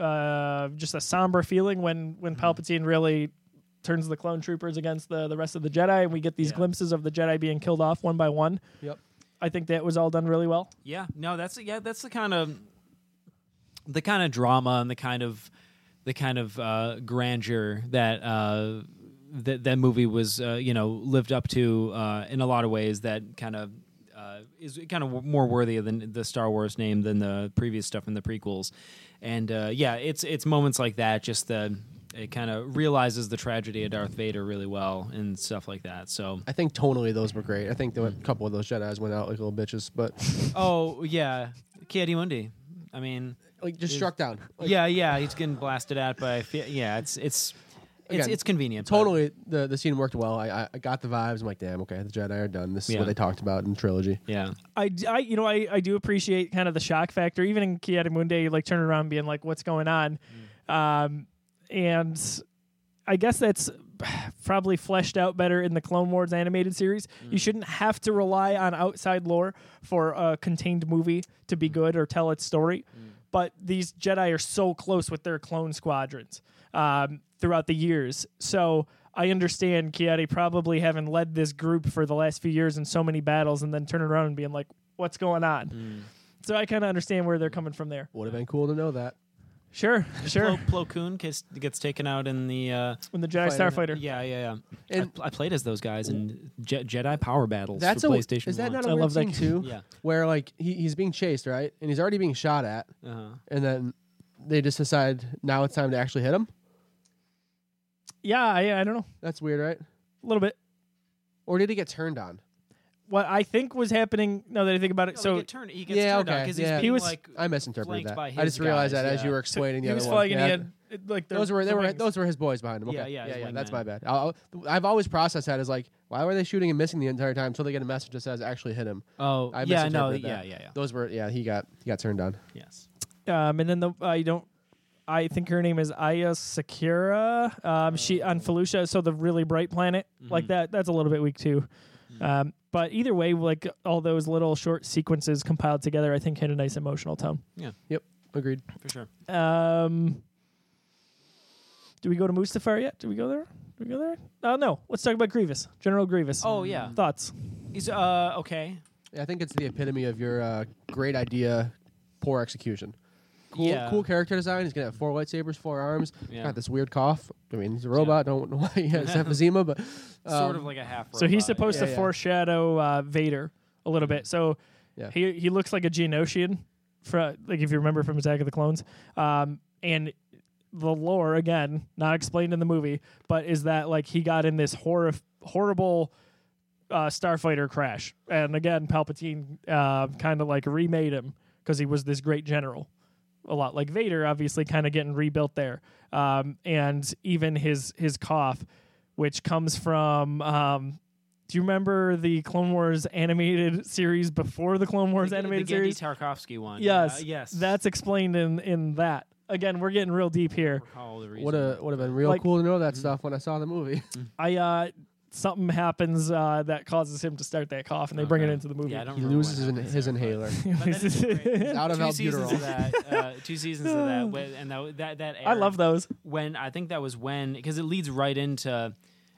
C: uh, just a somber feeling when when
E: Mm-hmm.
C: Palpatine really turns the clone troopers against the the rest of the Jedi, and we get these
E: Yeah.
C: glimpses of the Jedi being killed off one by one.
D: Yep.
C: I think that was all done really well.
E: Yeah, no, that's yeah, that's the kind of the kind of drama and the kind of the kind of uh, grandeur that uh, that that movie was, uh, you know, lived up to uh, in a lot of ways. That kind of uh, is kind of more worthy of the, the Star Wars name than the previous stuff in the prequels. And uh, yeah, it's it's moments like that. Just the it kind of realizes the tragedy of Darth Vader really well and stuff like that. So
D: I think tonally those were great. I think the, a
E: Mm.
D: couple of those Jedi's went out like little bitches, but
E: oh yeah, Kiadi Mundi. I mean.
D: like just struck down. Like,
E: yeah, yeah, he's getting blasted out by. fe- Yeah, it's it's it's,
D: Again,
E: it's convenient. but-
D: Totally, the the scene worked well. I, I I got the vibes. I'm like, damn, okay, the Jedi are done. This is
E: Yeah.
D: what they talked about in the trilogy.
E: Yeah,
C: I, d- I- you know I, I do appreciate kind of the shock factor even in Kiara Munde like turning around and being like what's going on um, and I guess that's probably fleshed out better in the Clone Wars animated series you shouldn't have to rely on outside lore for a contained movie to be good or tell its story but these Jedi are so close with their clone squadrons um, throughout the years so I understand Kiari probably having led this group for the last few years in so many battles and then turning around and being like, what's going on? So I kind of understand where they're coming from there.
D: Would have been cool to know that.
C: Sure, sure.
E: Plo, Plo Koon gets, gets taken out in the. Uh,
C: When the Jedi
D: Fighter.
C: Starfighter.
E: yeah, yeah, yeah. I,
D: And-
E: pl- I played as those guys in Je- Jedi Power Battles
D: That's
E: for
D: a
E: PlayStation.
D: is that
E: 1.
D: not a
C: I
D: weird
C: love that
D: thing too?
E: Yeah.
D: Where like he, he's being chased right, and he's already being shot at,
E: Uh-huh.
D: and then they just decide now it's time to actually hit him.
C: Yeah, I, I don't know.
D: That's weird, right?
C: A little bit.
D: Or did he get turned on?
C: What I think was happening, now that I think about it,
E: so
C: so
E: he, get turned, he gets
D: yeah,
E: turned
D: okay,
E: out because he's
D: yeah.
E: being
C: He was-
E: like.
D: I misinterpreted
E: flanked
D: that.
E: by
D: I just
E: his
D: realized
E: guys,
D: that as
E: yeah.
D: you were explaining the
C: he
D: other
C: was
D: one.
C: flying
D: Yeah,
C: and he had, like, the,
D: those were
C: the
D: they were
C: wings.
D: those were his boys behind him. Okay.
E: Yeah, yeah, his
D: yeah.
E: wingman.
D: That's my bad. I'll, I'll- I've always processed that as like, why were they shooting and missing the entire time until they get a message that says actually hit him?
E: Oh,
D: I
E: yeah, no,
D: misinterpreted
E: yeah,
D: that.
E: yeah, yeah.
D: Those were yeah. He got he got turned on.
E: Yes.
C: Um, and then the I don't. I think her name is Aya Sakura. Um, she
D: Oh.
C: on Felucia, so the really bright planet like
D: Mm-hmm.
C: that. That's a little bit weak too.
D: Mm.
C: Um, but either way, like all those little short sequences compiled together, I think hit a nice emotional tone.
D: Yep. Agreed.
E: For sure.
C: Um, do we go to Mustafar yet? Do we go there? Do we go there? Oh no. Let's talk about Grievous, General Grievous.
E: Oh yeah.
C: thoughts.
E: He's uh okay.
D: I think it's the epitome of your uh, great idea, poor execution. Cool,
E: Yeah.
D: cool character design. He's gonna have four lightsabers, four arms. He's
E: Yeah.
D: Got this weird cough. I mean, he's a robot. Don't know why he has emphysema, but
E: sort
D: um,
E: of like a half.
C: So he's
E: robot.
C: supposed
D: Yeah,
C: to
D: yeah.
C: foreshadow uh, Vader a little bit. So
D: Yeah.
C: he he looks like a Geonosian, for, like if you remember from Attack of the Clones. Um, and the lore again, not explained in the movie, but is that like he got in this horror horrible uh, starfighter crash, and again Palpatine uh, kind of like remade him because he was this great general a lot like Vader, obviously kind of getting rebuilt there. Um, and even his his cough, which comes from. Um, do you remember the Clone Wars animated series before the Clone Wars
E: The-
C: animated
E: the Genndy
C: series?
E: Tarkovsky one.
C: yes,
E: Yeah, yes.
C: That's explained in in that. Again, we're getting real deep here.
E: recall the reason.
D: would have would have been real
C: Like-
D: cool to know that stuff when I saw the movie.
C: I uh, something happens uh, that causes him to start that cough, and they bring it
E: Okay.
C: into the movie.
E: Yeah, I don't
D: he
E: remember what
D: loses his,
E: happens
D: his
E: there, but-
D: inhaler.
E: But that is great.
D: He's out of
E: Oh two seasons of
D: albuterol.
E: that, uh, two seasons of that, wh- and that that, that
C: I
E: aired
C: love those.
E: when I think that was when because it leads right into.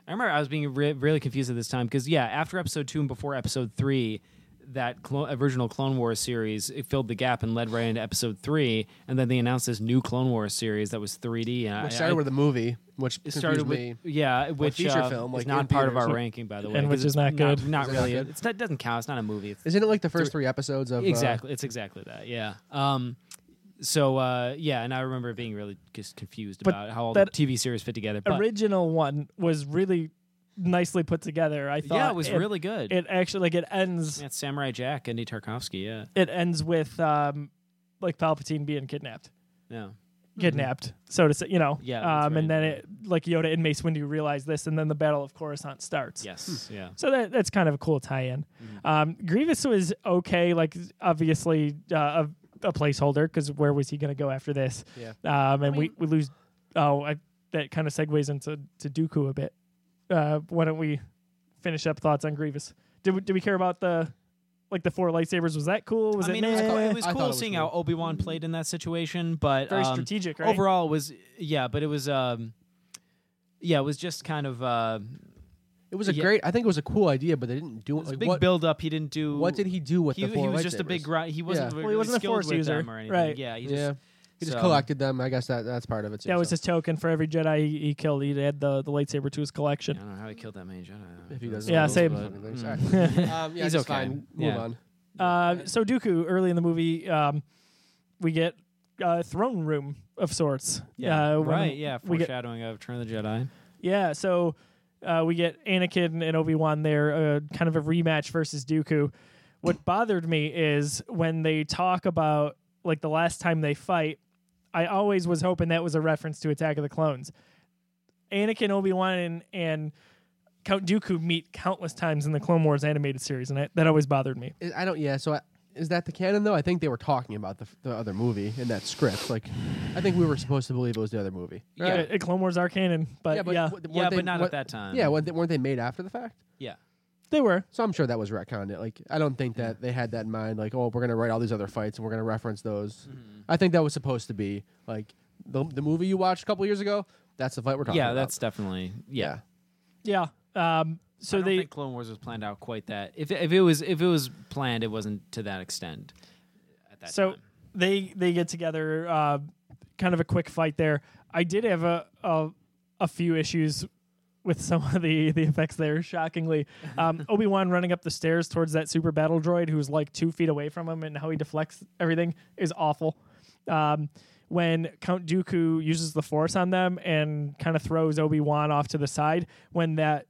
E: I remember I was being re- really confused at this time because yeah, after episode two and before episode three, that clo- original Clone Wars series it filled the gap and led right into episode three, and then they announced this new Clone Wars series that was 3D. And I-
D: Which started
E: I-
D: with the movie, which
E: it
D: confused
E: started with
D: me.
E: yeah, which
D: feature
E: uh,
D: film,
E: is
D: like,
E: not
D: in
E: part of
D: theaters.
E: our ranking by the way,
C: And
E: 'cause
C: which
E: it's
C: is not good.
E: Not,
D: Is it not
E: really.
D: good?
E: It's not, it doesn't count. It's not a movie. It's
D: Isn't it like the first three episodes of uh,
E: exactly it's exactly that yeah um so uh yeah and i remember being really just confused
C: But
E: about how all
C: that-
E: the tv series fit together but
C: Original one was really nicely put together. I thought.
E: yeah it was
C: And
E: really good
C: It actually like it ends.
E: that's samurai jack and tarkovsky yeah
C: It ends with um, like Palpatine being kidnapped.
E: yeah
C: kidnapped, so to say, you know.
E: Mm-hmm. Yeah, that's
C: Um, and
E: right.
C: then it, like Yoda and Mace Windu realize this, and then the Battle of Coruscant starts.
E: yes yeah
C: So that that's kind of a cool tie-in.
E: Mm-hmm.
C: Um, Grievous was okay, like obviously uh, a, a placeholder because where was he going to go after this?
D: Yeah.
C: Um, and we, we lose. Oh, I, that kind of segues into to Dooku a bit. Uh, why don't we finish up thoughts on Grievous? Did we, did we care about the Like the four lightsabers, was that cool? Was
E: I
C: it?
E: mean, it was
C: meh?
E: cool, it was
D: I
E: cool
D: thought it was
E: seeing
D: cool.
E: how Obi Wan played in that situation, but
C: Very
E: um,
C: strategic, right?
E: Overall, it was yeah, but it was um, yeah, it was just kind of uh,
D: It was a
E: Yeah.
D: great. I think it was a cool idea, but they didn't do
E: it was a
D: like,
E: big
D: what,
E: build up. He didn't do
D: what did he do with
E: He,
D: the
E: he
D: four
E: was just a
D: lightsabers?
E: big grunt. He
D: Yeah.
E: wasn't.
C: Well, he
E: really
C: wasn't a
E: skilled
C: Force
E: with
C: user,
E: them or anything.
C: right.
E: Yeah. He just,
D: yeah, he just
E: so-
D: collected them. I guess that that's part of it. Too,
C: that was
D: so.
C: his token for every Jedi he, he killed. He had the, the lightsaber to his
E: I
C: collection.
E: don't know how he killed that many Jedi.
D: If he doesn't
C: Yeah,
D: know those
C: same.
D: fucking things.
E: Mm.
D: Alright. um, yeah,
E: He's
D: just
E: okay.
D: fine. Move
E: Yeah.
D: on.
C: Uh, so Dooku, early in the movie, um, we get a throne room of sorts.
E: Yeah.
C: uh, when
E: right. Yeah.
C: we get-
E: Foreshadowing of Return of the Jedi.
C: Yeah, so uh, we get Anakin and Obi Wan there, uh, kind of a rematch versus Dooku. What bothered me is when they talk about like the last time they fight. I always was hoping that was a reference to Attack of the Clones. Anakin, Obi Wan, and, and Count Dooku meet countless times in the Clone Wars animated series, and I, that always bothered me.
D: I- I don't. Yeah. So I, is that the canon though? I think they were talking about the, f- the other movie in that script. Like, I think we were supposed to believe it was the other movie.
E: Yeah.
C: Uh, Clone Wars are canon, but yeah,
D: w-
E: Yeah,
D: weren't
E: but not at
D: weren't-
E: that time.
D: Yeah, weren't they, weren't they made after the fact?
E: Yeah.
C: they were.
D: So I'm sure that was retconned. It like I don't think that they had that in mind. Like, oh, we're gonna write all these other fights and we're gonna reference those. I think that was supposed to be like the the movie you watched a couple years ago. That's the fight we're talking
E: Yeah.
D: about.
E: That's definitely yeah.
C: Yeah. Um, so
E: I don't
C: they
E: think Clone Wars was planned out quite that. If if it was if it was planned, it wasn't to that extent. At that
C: so
E: time.
C: they they get together uh, kind of a quick fight there i did have a a, a few issues with some of the the effects there shockingly um, obi-wan running up the stairs towards that super battle droid who's like two feet away from him and how he deflects everything is awful um, when count dooku uses the force on them and kind of throws obi-wan off to the side when that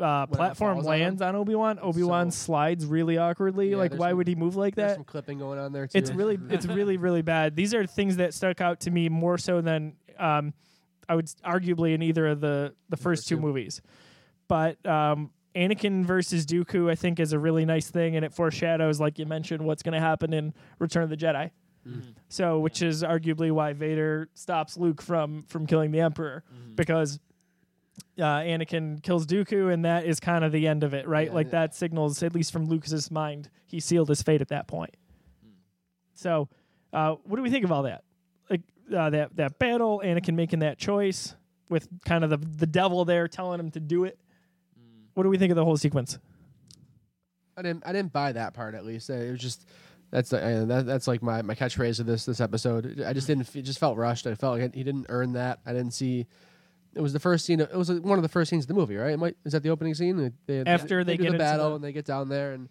C: uh, platform
D: falls on him?
C: lands on, Obi-Wan. Obi-Wan slides really awkwardly.
D: Yeah,
C: like,
D: there's
C: why
D: some-
C: would he move like
D: There's
C: that?
D: some clipping going on there too.
C: It's really, it's really, really bad. These are things that stuck out to me more so than um, I would s- arguably in either of the the first two
D: two.
C: movies. But um, Anakin versus Dooku, I think, is a really nice thing, and it foreshadows, like you mentioned, what's going to happen in Return of the Jedi. So, which is arguably why Vader stops Luke from from killing the Emperor
D: Mm-hmm.
C: because. Uh, Anakin kills Dooku, and that is kind of the end of it, right?
D: Yeah,
C: like
D: and-
C: that signals, at least from Lucas's mind, he sealed his fate at that point.
D: Mm.
C: So, uh, what do we think of all that? Like uh, that that battle, Anakin making that choice with kind of the the devil there telling him to do it.
D: Mm.
C: What do we think of the whole sequence?
D: I didn't I didn't buy that part at least. Uh, It was just that's the- uh, that, that's like my, my catchphrase of this this episode. I just didn't f- it just felt rushed. I felt like he didn't earn that. I didn't see. It was the first scene. Of, it was like, one of the first scenes of the movie, right? It might, is that the opening scene? They- They,
C: After they
D: do
C: get
D: the
C: into
D: battle
C: the-
D: and they get down there, and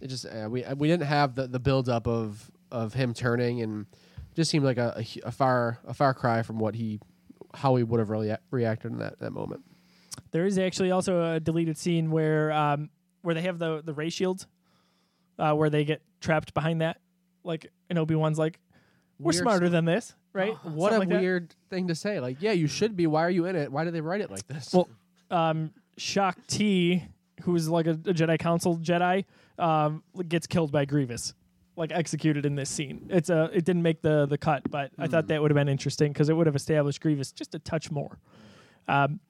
D: it just uh, we uh, we didn't have the the build up of of him turning, and just seemed like a, a hu- a far a far cry from what he how he would have really reacted in that that moment.
C: There is actually also a deleted scene where um, where they have the the ray shields, uh, where they get trapped behind that, like and Obi Wan's like, "We're
D: Weird
C: smarter than this, right?"
D: What
C: Something like
D: a
C: that.
D: weird thing to say! Like, yeah, you should be. Why are you in it? Why did they write it like this?
C: Well, um, Shock T, who's like a, a Jedi Council Jedi, um, gets killed by Grievous, like executed in this scene. It's a it didn't make the the cut, but I
D: Hmm.
C: thought that would have been interesting because it would have established Grievous just a touch more. Um,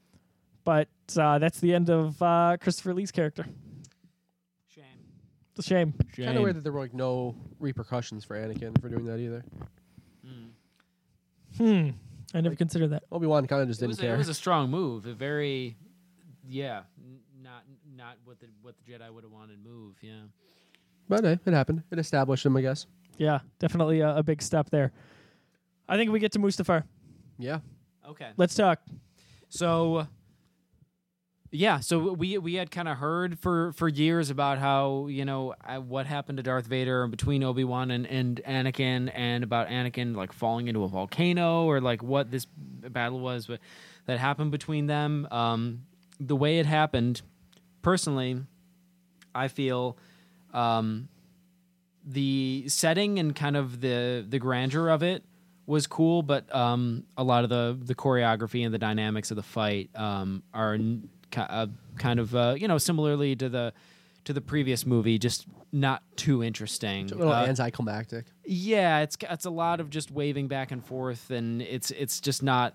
C: but uh, that's the end of uh, Christopher Lee's character.
E: shame.
C: It's a shame.
E: Shame.
D: Kind of weird that there were like no repercussions for Anakin for doing that either.
C: Hmm. I never considered that.
D: Obi Wan kind of just
E: it
D: didn't
E: was, a,
D: care.
E: it was a strong move. A very, yeah, n- not not what the what the Jedi would have wanted move. Yeah,
D: but hey, it happened. It established him, I guess.
C: Yeah, definitely a, a big step there. I think we get to Mustafar.
D: Yeah.
E: okay.
C: Let's talk.
E: So yeah, so we we had kind of heard for for years about how you know uh, what happened to Darth Vader and between Obi Wan and and Anakin and about Anakin like falling into a volcano or like what this battle was but that happened between them. Um, the way it happened, personally, I feel. Um, the setting and kind of the the grandeur of it was cool, but um, a lot of the the choreography and the dynamics of the fight um, are n- ki- uh, kind of uh, you know similarly to the to the previous movie, just not too interesting.
D: A little
E: Uh,
D: anticlimactic.
E: yeah, it's it's a lot of just waving back and forth, and it's it's just not.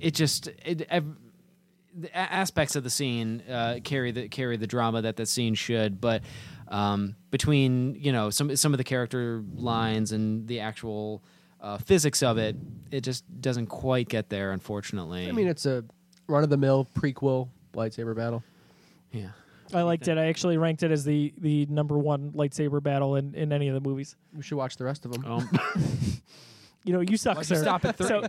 E: It just it, ev- the a- aspects of the scene uh, carry the carry the drama that the scene should, but um, between you know some some of the character lines and the actual uh, physics of it. It just doesn't quite get there, unfortunately.
D: I mean, it's a run of the mill prequel lightsaber battle.
E: yeah.
C: I liked it. I actually ranked it as the the number one lightsaber battle in, in any of the movies.
D: We should watch the rest of them.
E: Um,
C: You know, you suck,
E: Why'd you
C: sir.
E: stop at three?
C: So,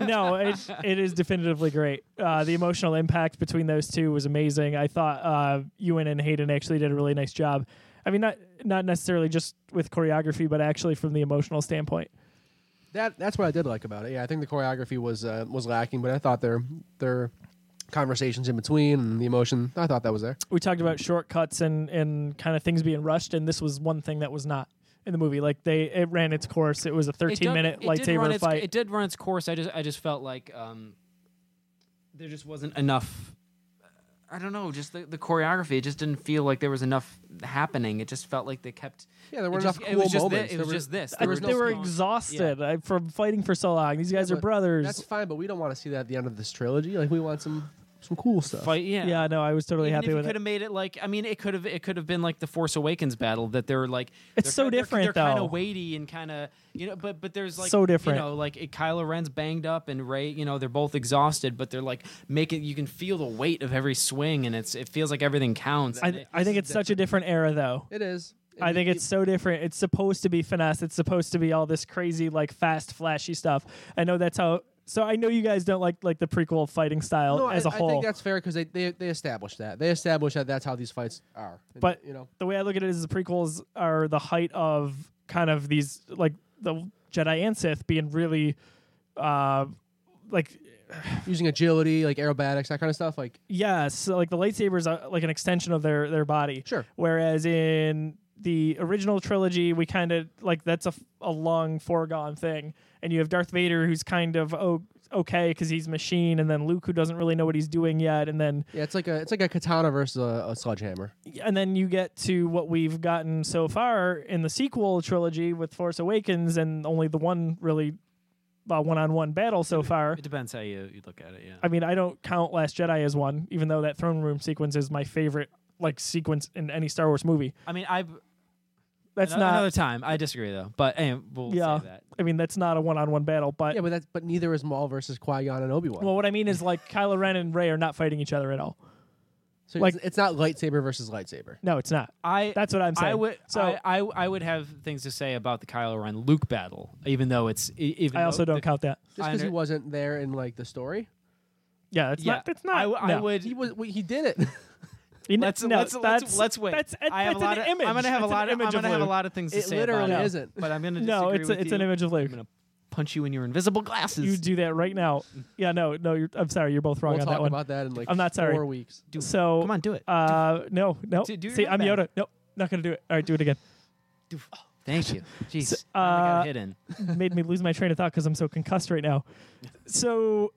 C: no, it, it is definitively great. Uh, the emotional impact between those two was amazing. I thought uh, Ewan and Hayden actually did a really nice job. I mean, not not necessarily just with choreography, but actually from the emotional standpoint.
D: That that's what I did like about it. Yeah, I think the choreography was uh, was lacking, but I thought their their conversations in between and the emotion, I thought that was there.
C: We talked about shortcuts and and kind of things being rushed, and this was one thing that was not in the movie. Like they, it ran its course. It was a 13
E: done-
C: minute
E: it did run
C: lightsaber
E: its-
C: fight.
E: it did run its course. I just I just felt like um, there just wasn't enough. I don't know, just the, the choreography. It just didn't feel like there was enough happening. It just felt like they kept.
D: Yeah, there
E: it
D: were
E: just-
D: enough
E: It was
D: cool
E: just thi-
D: moments.
E: it
D: There
E: was
D: were-
E: just this.
C: I
D: there was
C: think
D: no
C: they were
E: going-
C: exhausted
E: Yeah.
C: uh, from fighting for so long. These guys
D: Yeah,
C: are
D: but
C: brothers.
D: That's fine, but we don't want to see that at the end of this trilogy. Like we want some some cool stuff.
E: Fight, yeah.
C: yeah, no, I was totally
E: Even
C: happy
E: if
C: with
E: you could
C: it.
E: have made it like I mean it could have it could have been like the Force Awakens battle that they're like
C: It's
E: they're
C: so
E: ki- they're-
C: different,
E: they're kind
C: though.
E: of weighty and kind of you know but but there's like
C: So different.
E: you know like it, Kylo Ren's banged up and Ray you know they're both exhausted but they're like making you can feel the weight of every swing and it's it feels like everything counts
C: I,
E: And it-
C: I think it's such a different era, though.
D: It is.
C: I think it's so different. It's supposed to be finesse. It's supposed to be all this crazy, like fast, flashy stuff. I know that's how. So I know you guys don't like like the prequel fighting style
D: No,
C: as
D: I,
C: a whole.
D: I think that's fair because they, they they established that. They established that that's how these fights are. And,
C: But-
D: you know,
C: the way I look at it is the prequels are the height of kind of these like the Jedi and Sith being really, uh, like
D: using agility, like aerobatics, that kind of stuff. Like
C: Yes, so, like the lightsabers are like an extension of their their body.
D: Sure.
C: Whereas in the original trilogy, we kind of like that's a, f- a long foregone thing, and you have Darth Vader who's kind of oh okay because he's machine, and then Luke who doesn't really know what he's doing yet, and then
D: yeah, it's like a it's like a katana versus a, a sledgehammer.
C: and then you get to what we've gotten so far in the sequel trilogy with Force Awakens, and only the one really one on one battle so far.
E: it depends how you, you look at it yeah
C: I mean, I don't count Last Jedi as one, even though that throne room sequence is my favorite like sequence in any Star Wars movie.
E: I mean I
C: That's
E: another,
C: not.
E: another time I disagree though but anyway, we'll
C: yeah,
E: say that
C: I mean, that's not a one-on-one battle, but.
D: Yeah, but that's but neither is Maul versus Qui Gon and Obi Wan.
C: well, what I mean is like Kylo Ren and Rey are not fighting each other at all.
D: so
C: like-
D: it's, it's not lightsaber versus lightsaber.
C: No, it's not.
E: I
C: That's what I'm saying.
E: I would
C: So-
E: I, I I would have things to say about the Kylo Ren Luke battle even though it's e- even
C: I
E: though
C: also
E: the-
C: don't count that.
D: Just
E: I
D: because he
E: under-
D: wasn't there in like the story,
C: Yeah, it's not. It's not.
E: I, w- I
C: no.
E: would.
D: he was well, he did it.
C: You kn-
E: Let's
C: no,
E: let's,
C: that's-
E: let's let's wait.
C: That's,
E: I have
C: that's
E: a lot
C: an
E: of,
C: image.
E: I'm gonna have a
C: That's an
E: lot. Of,
C: image
E: I'm gonna
C: of
E: have a
C: Luke.
E: lot of things to
D: It
E: say.
D: literally
E: about it.
D: isn't.
E: But I'm gonna.
C: No,
E: disagree
C: it's a,
E: with
C: it's
E: you.
C: an image of
E: I'm
C: Luke.
E: gonna punch you in your invisible glasses.
C: You do that right now. Yeah, no, no, you're, I'm sorry, you're both wrong
D: We'll
C: on
D: talk
C: that one.
D: about that in like
C: I'm not sorry.
D: four weeks.
E: do it.
C: so
E: Come on, do it.
C: Uh, no, no.
E: Do- do your
C: See, I'm
E: hand
C: Yoda.
E: back.
C: Nope, not gonna do it. All right, do it again.
E: oh, Thank you. Jeez,
C: So,
E: finally
C: uh,
E: got hidden.
C: made me lose my train of thought because I'm so concussed right now. So,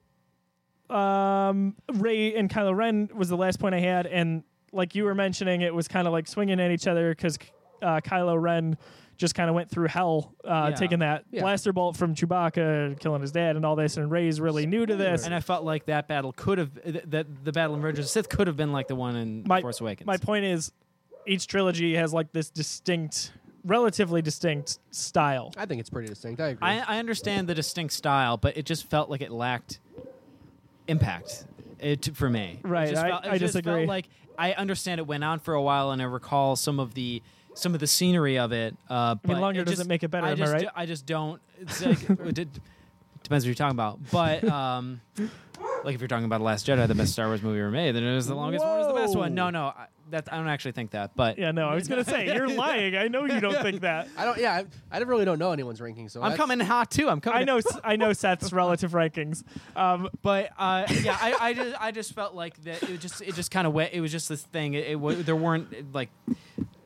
C: um, Ray and Kylo Ren was the last point I had, and like you were mentioning, it was kind of like swinging at each other because uh, Kylo Ren just kind of went through hell uh,
E: Yeah.
C: taking that
D: Yeah.
C: blaster bolt from Chewbacca, killing his dad, and all this. And Ray's really new to this.
E: And I felt like that battle could have th- that the battle in Revenge of the Sith could have been like the one in
C: My-
E: Force Awakens.
C: My point is, each trilogy has like this distinct, relatively distinct style.
D: I think it's pretty distinct. I agree.
E: I, I understand the distinct style, but it just felt like it lacked impact it, for me.
C: Right,
E: It just
C: I-
E: felt, it
C: I
E: just felt
C: disagree.
E: like I understand it went on for a while, and I recall some of the some of the scenery of it. Uh, but
C: longer
E: it
C: doesn't
E: just-
C: make it better,
E: I
C: am I
E: just,
C: right?
E: d- I just don't. It's like, it d- depends what you're talking about, but. Um, Like if you're talking about The Last Jedi, the best Star Wars movie ever made, then it was the longest one was the best one.
D: Whoa.
E: No, no, I, that I don't actually think that. But
C: Yeah, no, I was gonna say you're lying. I know you don't think that.
D: I don't. Yeah, I, I really don't know anyone's ranking. So
E: I'm
D: that's-
E: coming hot too. I'm coming.
C: I know, I know Seth's relative rankings. Um,
E: But uh, yeah, I, I just I just felt like that it was just it just kind of wet. It was just this thing. It, it wa- there weren't like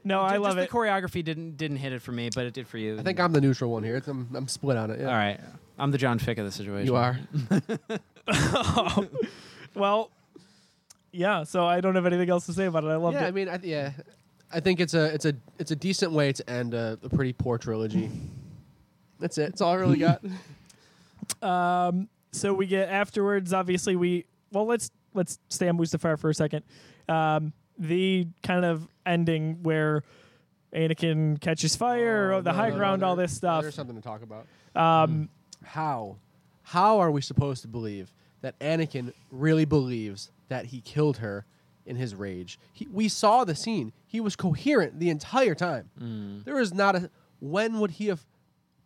C: no, I
E: just
C: love
E: the
C: it.
E: choreography didn't didn't hit it for me, but it did for you.
D: I think I'm the neutral one here. It's, I'm, I'm split on it. Yeah.
E: all right. I'm the John Fick of the situation.
D: You are.
C: well, yeah. So I don't have anything else to say about it. I loved
D: yeah, I
C: it.
D: mean, I, th- yeah, I think it's a it's a it's a decent way to end a, a pretty poor trilogy. That's it. That's all I really got.
C: Um, so we get afterwards. Obviously, we well let's let's stay on Mustafar for a second. Um, the kind of ending where Anakin catches fire, oh, the
D: No,
C: high
D: no, no,
C: ground,
D: there-
C: all this stuff.
D: There's something to talk about. Um, how, how are we supposed to believe that Anakin really believes that he killed her in his rage? He, we saw the scene. He was coherent the entire time. There is not a. When would he have?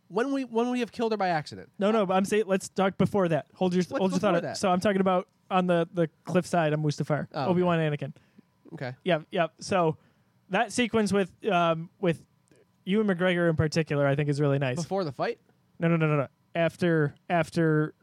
D: When we when would he have killed her by accident?
C: No, no, but I'm saying let's talk before that. Hold your
D: What's
C: hold your
D: before
C: thought.
D: that? Oh,
C: So I'm talking about on the the cliffside. I'm Mustafar,
D: okay.
C: Obi Wan, Anakin.
D: Okay.
C: Yeah, yeah. So that sequence with um with you and McGregor in particular, I think is really nice.
D: Before the fight.
C: No, no, no, no, no. After after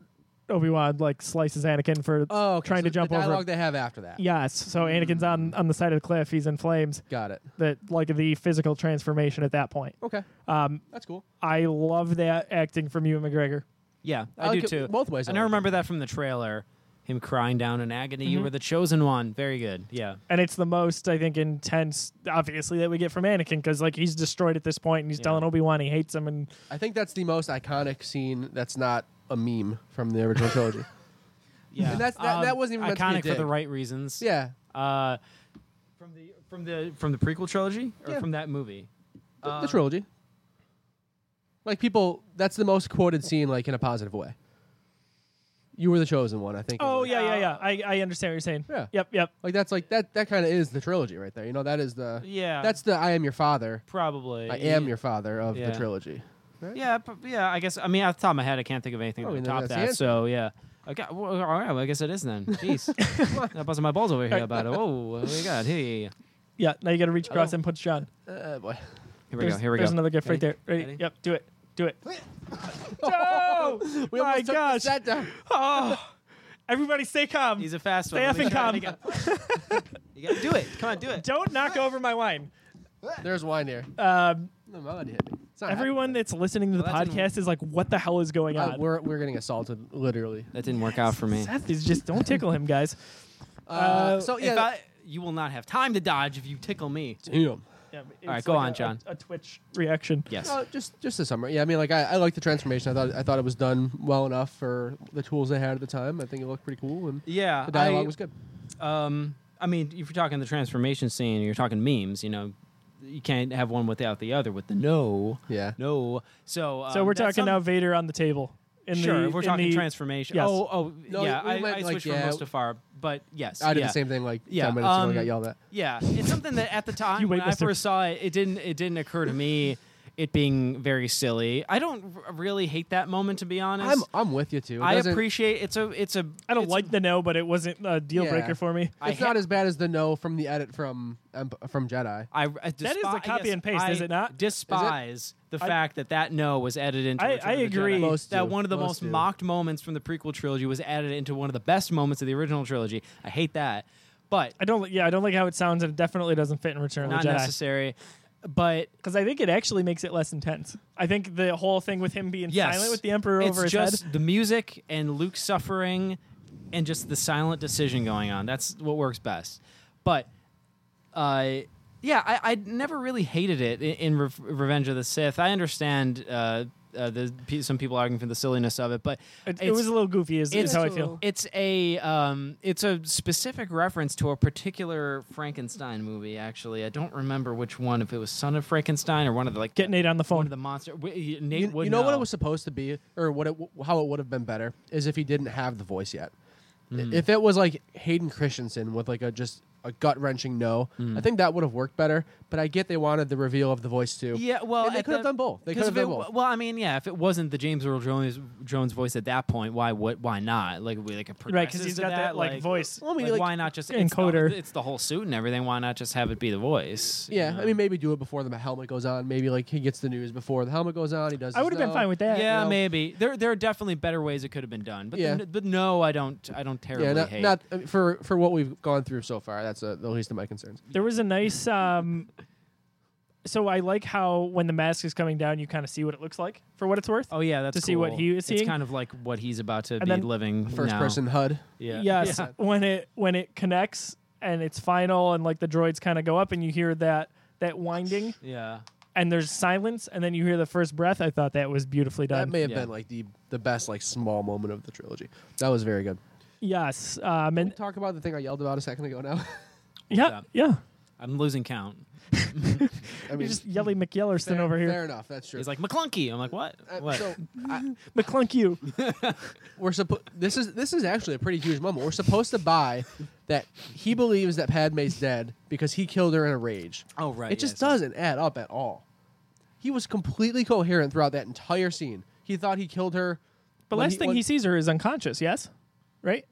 C: Obi Wan like slices Anakin for
D: Oh, okay.
C: trying
D: So
C: to jump
D: the
C: over.
D: dialogue
C: him.
D: they have after that. Mm.
C: Yes. So Anakin's on on the side of the cliff. He's in flames.
D: Got it.
C: That like the physical transformation at that point.
D: Okay.
C: Um,
D: That's cool.
C: I love that acting from you and McGregor.
E: Yeah,
D: I
E: I,
D: like
E: do
D: it
E: too.
D: both ways, I
E: And I
D: like it. Mm-hmm.
E: remember that from the trailer, him crying down in agony. You were the chosen one. Very good. Yeah.
C: and it's the most I think intense, obviously, that we get from Anakin because like he's destroyed at this point, and he's telling Obi Wan he hates him, and
D: I think that's the most iconic scene. That's not a meme from the original trilogy.
E: Yeah. Um,
D: And that's- that- that wasn't even meant to be a
E: iconic for the
D: dig.
E: right reasons.
D: yeah.
E: Uh, from the from the from the prequel trilogy or
D: Yeah.
E: from that movie.
D: the,
C: Um,
D: the trilogy. Like people, that's the most quoted scene, like in a positive way. You were the chosen one, I think.
C: oh
D: Like-
C: yeah, yeah, yeah, I, I understand what you're saying.
D: Yeah.
C: Yep. Yep.
D: like that's like that. That kind of is the trilogy right there. You know, that is the
E: Yeah.
D: That's the I am your father.
E: Probably.
D: I am your father of
E: Yeah.
D: the trilogy.
E: Yeah, p- yeah. I guess. I mean, off the top of my head, I can't think of anything
D: Oh,
E: that would
D: then
E: top
D: that's the
E: that.
D: answer.
E: So yeah. Okay. Well, all right. Well, I guess it is then. Jeez. I'm busting my balls over here about it. Oh, what we got? Hey.
C: Yeah. Now you got to reach across and punch John.
D: Uh, boy,
E: Here Oh. we
C: there's,
E: go. Here we
C: there's
E: go.
C: another gift right there.
E: Ready?
C: Ready?
E: Ready?
C: Yep. Do it. Do it. no!
D: we
C: My
D: almost took
C: gosh.
D: that down.
C: Oh. Everybody, stay calm.
E: He's a fast one.
C: Stay
E: Let me
C: effing
E: try it
C: calm.
E: again. You gotta do it. Come on, do it.
C: Don't knock over my wine.
D: There's wine here.
C: Um,
D: No, my wine hit me. It's not
C: everyone that's listening to the
E: Well, that didn't-
C: podcast is like, "What the hell is going
D: happening. Uh,
C: on?"
D: we're we're getting assaulted literally.
E: That didn't work out for me.
C: Seth is just don't tickle him, guys.
D: Uh,
C: Uh,
D: so
E: If
D: yeah,
E: I- you will not have time to dodge if you tickle me.
D: Damn.
C: Yeah, it's
E: right, go on,
C: a-
E: John.
C: A, a Twitch reaction.
E: Yes.
D: Oh, just just a summary. Yeah, I mean, like I, I like the transformation. I thought I thought it was done well enough for the tools they had at the time. I think it looked pretty cool, and
E: Yeah.
D: the dialogue
E: I-
D: was good.
E: Um, I mean, if you're talking the transformation scene, you're talking memes. You know, you can't have one without the other. With the no,
D: Yeah.
E: no. So, um,
C: So we're
E: that's
C: talking uh, now
E: some-
C: Vader on the table. In
E: sure,
C: the,
E: if we're
C: in
E: talking
C: the-
E: transformation.
C: yes.
E: Oh, oh,
D: No,
E: yeah.
D: we
E: I,
D: meant
E: I
D: like,
E: switched
D: yeah.
E: from Mustafar, but yes,
D: I did
E: yeah.
D: the same thing like
E: Yeah,
D: ten minutes
E: um,
D: ago. I got yelled at.
E: Yeah, it's something that at the time
C: You wait,
E: when I
C: mister.
E: first saw it, it didn't it didn't occur to me it being very silly. I don't r- really hate that moment to be honest.
D: I'm I'm with you too. It
E: I
D: doesn't-
E: appreciate it's a it's a
C: I don't
E: it's-
C: like the no, but it wasn't a deal
D: Yeah.
C: breaker for me.
E: I
D: It's
E: ha-
D: not as bad as the no from the edit from um, from Jedi.
E: I, I
C: is
E: despi-
C: the copy
E: yes,
C: and paste,
E: I
C: is it not? Is it?
E: Despise the fact that that no was added into.
C: I-
E: Return
C: I
E: of the
C: agree.
E: Jedi.
D: Most
E: that
D: do.
E: one of the
D: Most
E: most
D: do.
E: mocked moments from the prequel trilogy was added into one of the best moments of the original trilogy. I hate that, but
C: I don't. li- Yeah, I don't like how it sounds, and it definitely doesn't fit in Return of
E: not
C: the Jedi.
E: necessary. But
C: Because I think it actually makes it less intense. I think the whole thing with him being
E: yes,
C: silent with the Emperor
E: it's
C: over his
E: just
C: head.
E: the music and Luke suffering, and just the silent decision going on. That's what works best. But uh, yeah, I, I never really hated it in, in Re- Revenge of the Sith. I understand uh, uh, the pe- some people arguing for the silliness of it, but
C: It, it
E: it's-
C: was a little goofy, is, is
E: it's-
C: how I feel.
E: It's a um, it's a specific reference to a particular Frankenstein movie. Actually, I don't remember which one. If it was Son of Frankenstein or one of the like
C: Get Nate on the
E: one of
C: phone.
E: the monster. w- Nate
D: You,
E: would
D: you know, what
E: know.
D: it was supposed to be, or what it, w- how it would have been better is if he didn't have the voice yet.
E: Hmm.
D: If it was like Hayden Christensen with like a just a gut wrenching no,
E: Hmm.
D: I think that would have worked better. But I get they wanted the reveal of the voice too.
E: Yeah, well,
D: And they
E: at
D: could have
E: the-
D: done both. They could
E: because
D: have
E: if
D: done
E: it-
D: both.
E: Well, I mean, yeah, if it wasn't the James Earl Jones Jones voice at that point, why would why not? Like we like a
C: Right, because he's
E: to
C: got that like, voice.
D: Well, I mean,
E: like,
D: like,
E: why not just it's
C: encoder.
E: The, it's the whole suit and everything. Why not just have it be the voice? you
D: Yeah,
E: know?
D: I mean, maybe do it before the helmet goes on. Maybe like he gets the news before the helmet goes on. He does.
C: I would have been fine with that.
E: yeah,
D: you know.
E: maybe there there are definitely better ways it could have been done. But
D: Yeah.
E: the- but no, I don't I don't terribly
D: Yeah, not,
E: hate.
D: not- I mean, for for what we've gone through so far. That's uh, the least of my concerns.
C: There was a nice. Um, so I like how when the mask is coming down, you kind of see what it looks like for what it's worth.
E: oh yeah, that's
C: to see what
E: cool.
C: he is seeing.
E: It's kind of like what he's about to be
C: then-
E: living
D: First
E: now.
D: person HUD.
E: Yeah.
C: Yes,
E: Yeah.
C: when it when it connects and it's final and like the droids kind of go up and you hear that that winding
E: Yeah.
C: and there's silence and then you hear the first breath. I thought that was beautifully
D: That
C: done.
D: may have
E: Yeah.
D: been like the the best like small moment of the trilogy. That was very good.
C: yes, um, and
D: Talk about the thing I yelled about a second ago. Now
C: yeah, yeah.
E: I'm losing count.
D: I mean,
C: You're just yelling McYellerston
D: fair,
C: over
D: fair
C: here.
D: enough. That's true.
E: He's like McClunky. I'm like, what?
D: Uh,
E: what?
D: So
C: McClunk you.
D: we're supposed. This is this is actually a pretty huge moment. We're supposed to buy that he believes that Padme's dead because he killed her in a rage.
E: oh right.
D: it just
E: yes.
D: doesn't add up at all. He was completely coherent throughout that entire scene. He thought he killed her.
C: But
D: when
C: last thing
D: when-
C: he sees her is unconscious, yes? Right?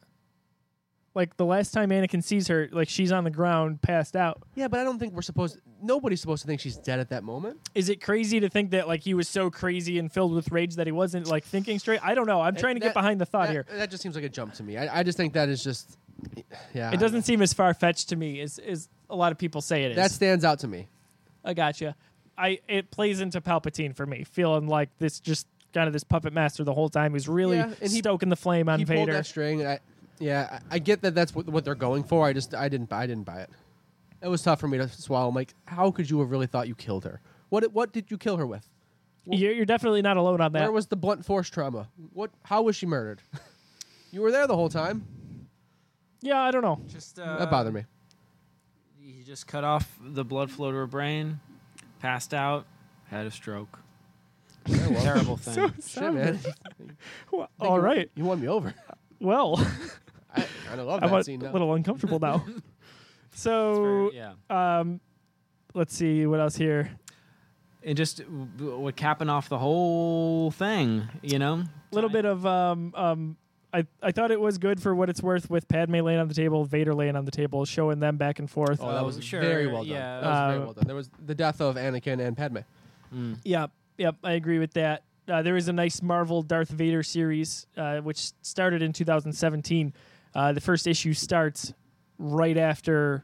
C: Like the last time Anakin sees her, like she's on the ground, passed out.
D: Yeah, but I don't think we're supposed. Nobody's supposed to think she's dead at that moment.
C: Is it crazy to think that like he was so crazy and filled with rage that he wasn't like thinking straight? I don't know. I'm trying to get
D: That-
C: behind the thought
D: that,
C: here.
D: That just seems like a jump to me. I, I just think that is just. Yeah, I
C: It
D: don't
C: doesn't
D: know.
C: seem as far fetched to me as as a lot of people say it is.
D: That stands out to me.
C: I gotcha. I it plays into Palpatine for me, feeling like this just kind of this puppet master the whole time who's really
D: Yeah, and he-
C: stoking the flame on
D: he pulled
C: Vader.
D: that string, and I, yeah, I, I get that that's what, what they're going for. I just I didn't I didn't buy it. It was tough for me to swallow. I'm like, how could you have really thought you killed her? What what did you kill her with?
C: You're, you're definitely not alone on that.
D: Where was the blunt force trauma? What? How was she murdered? you were there the whole time.
C: yeah, I don't know.
E: Just uh,
D: that bothered me.
E: He just cut off the blood flow to her brain, passed out, had a stroke. Terrible thing.
D: Shit, man.
C: Well, All right.
D: You won me over.
C: Well,
D: I kind of love
C: I'm
D: that
C: a
D: scene. Now.
C: little uncomfortable now. so,
E: yeah.
C: um, let's see what else here.
E: And just w- w- what capping off the whole thing, you know?
C: A little bit of um, um, I I thought it was good for what it's worth with Padme laying on the table, Vader laying on the table, showing them back and forth.
D: Oh, that
E: Oh,
D: was
E: sure,
D: very well done.
E: yeah.
D: That was very
C: Uh,
D: well done. There was the death of Anakin and Padme.
C: Yep, yep, I agree with that. Uh, there is a nice Marvel Darth Vader series uh, which started in 2017. Uh, the first issue starts right after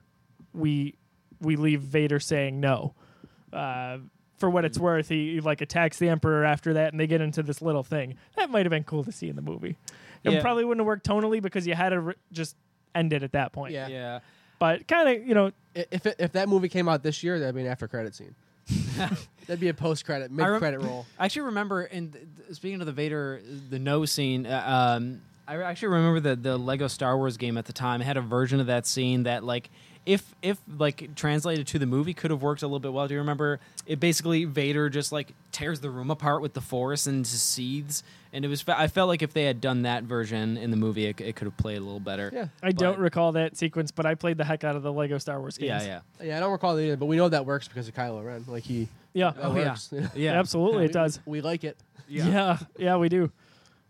C: we we leave Vader saying no. Uh, for what
E: Hmm.
C: it's worth, he, he like attacks the Emperor after that, and they get into this little thing that might have been cool to see in the movie. It
E: Yeah.
C: probably wouldn't have worked tonally because you had to re- just end it at that point.
D: Yeah.
E: Yeah.
C: But kind of, you know,
D: I- If it, if that movie came out this year, that'd be an after credit scene. that'd be a post credit, mid credit roll.
E: I actually remember, and th- th- speaking of the Vader, the no scene, uh, um, I re- actually remember the, the Lego Star Wars game at the time had a version of that scene that, like, if, if like translated to the movie could have worked a little bit well. Do you remember it basically Vader just like tears the room apart with the force and just seethes and it was I felt like if they had done that version in the movie it, it could have played a little better.
D: Yeah.
C: I don't
E: But-
C: recall that sequence, but I played the heck out of the Lego Star Wars games.
E: Yeah, yeah.
D: Yeah, I don't recall it either, but we know that works because of Kylo Ren. Like he,
C: Yeah.
D: that
E: Oh, yeah.
D: works. Yeah.
E: Yeah.
C: Absolutely,
D: We-
C: it does.
D: We like it.
C: Yeah. yeah, we do.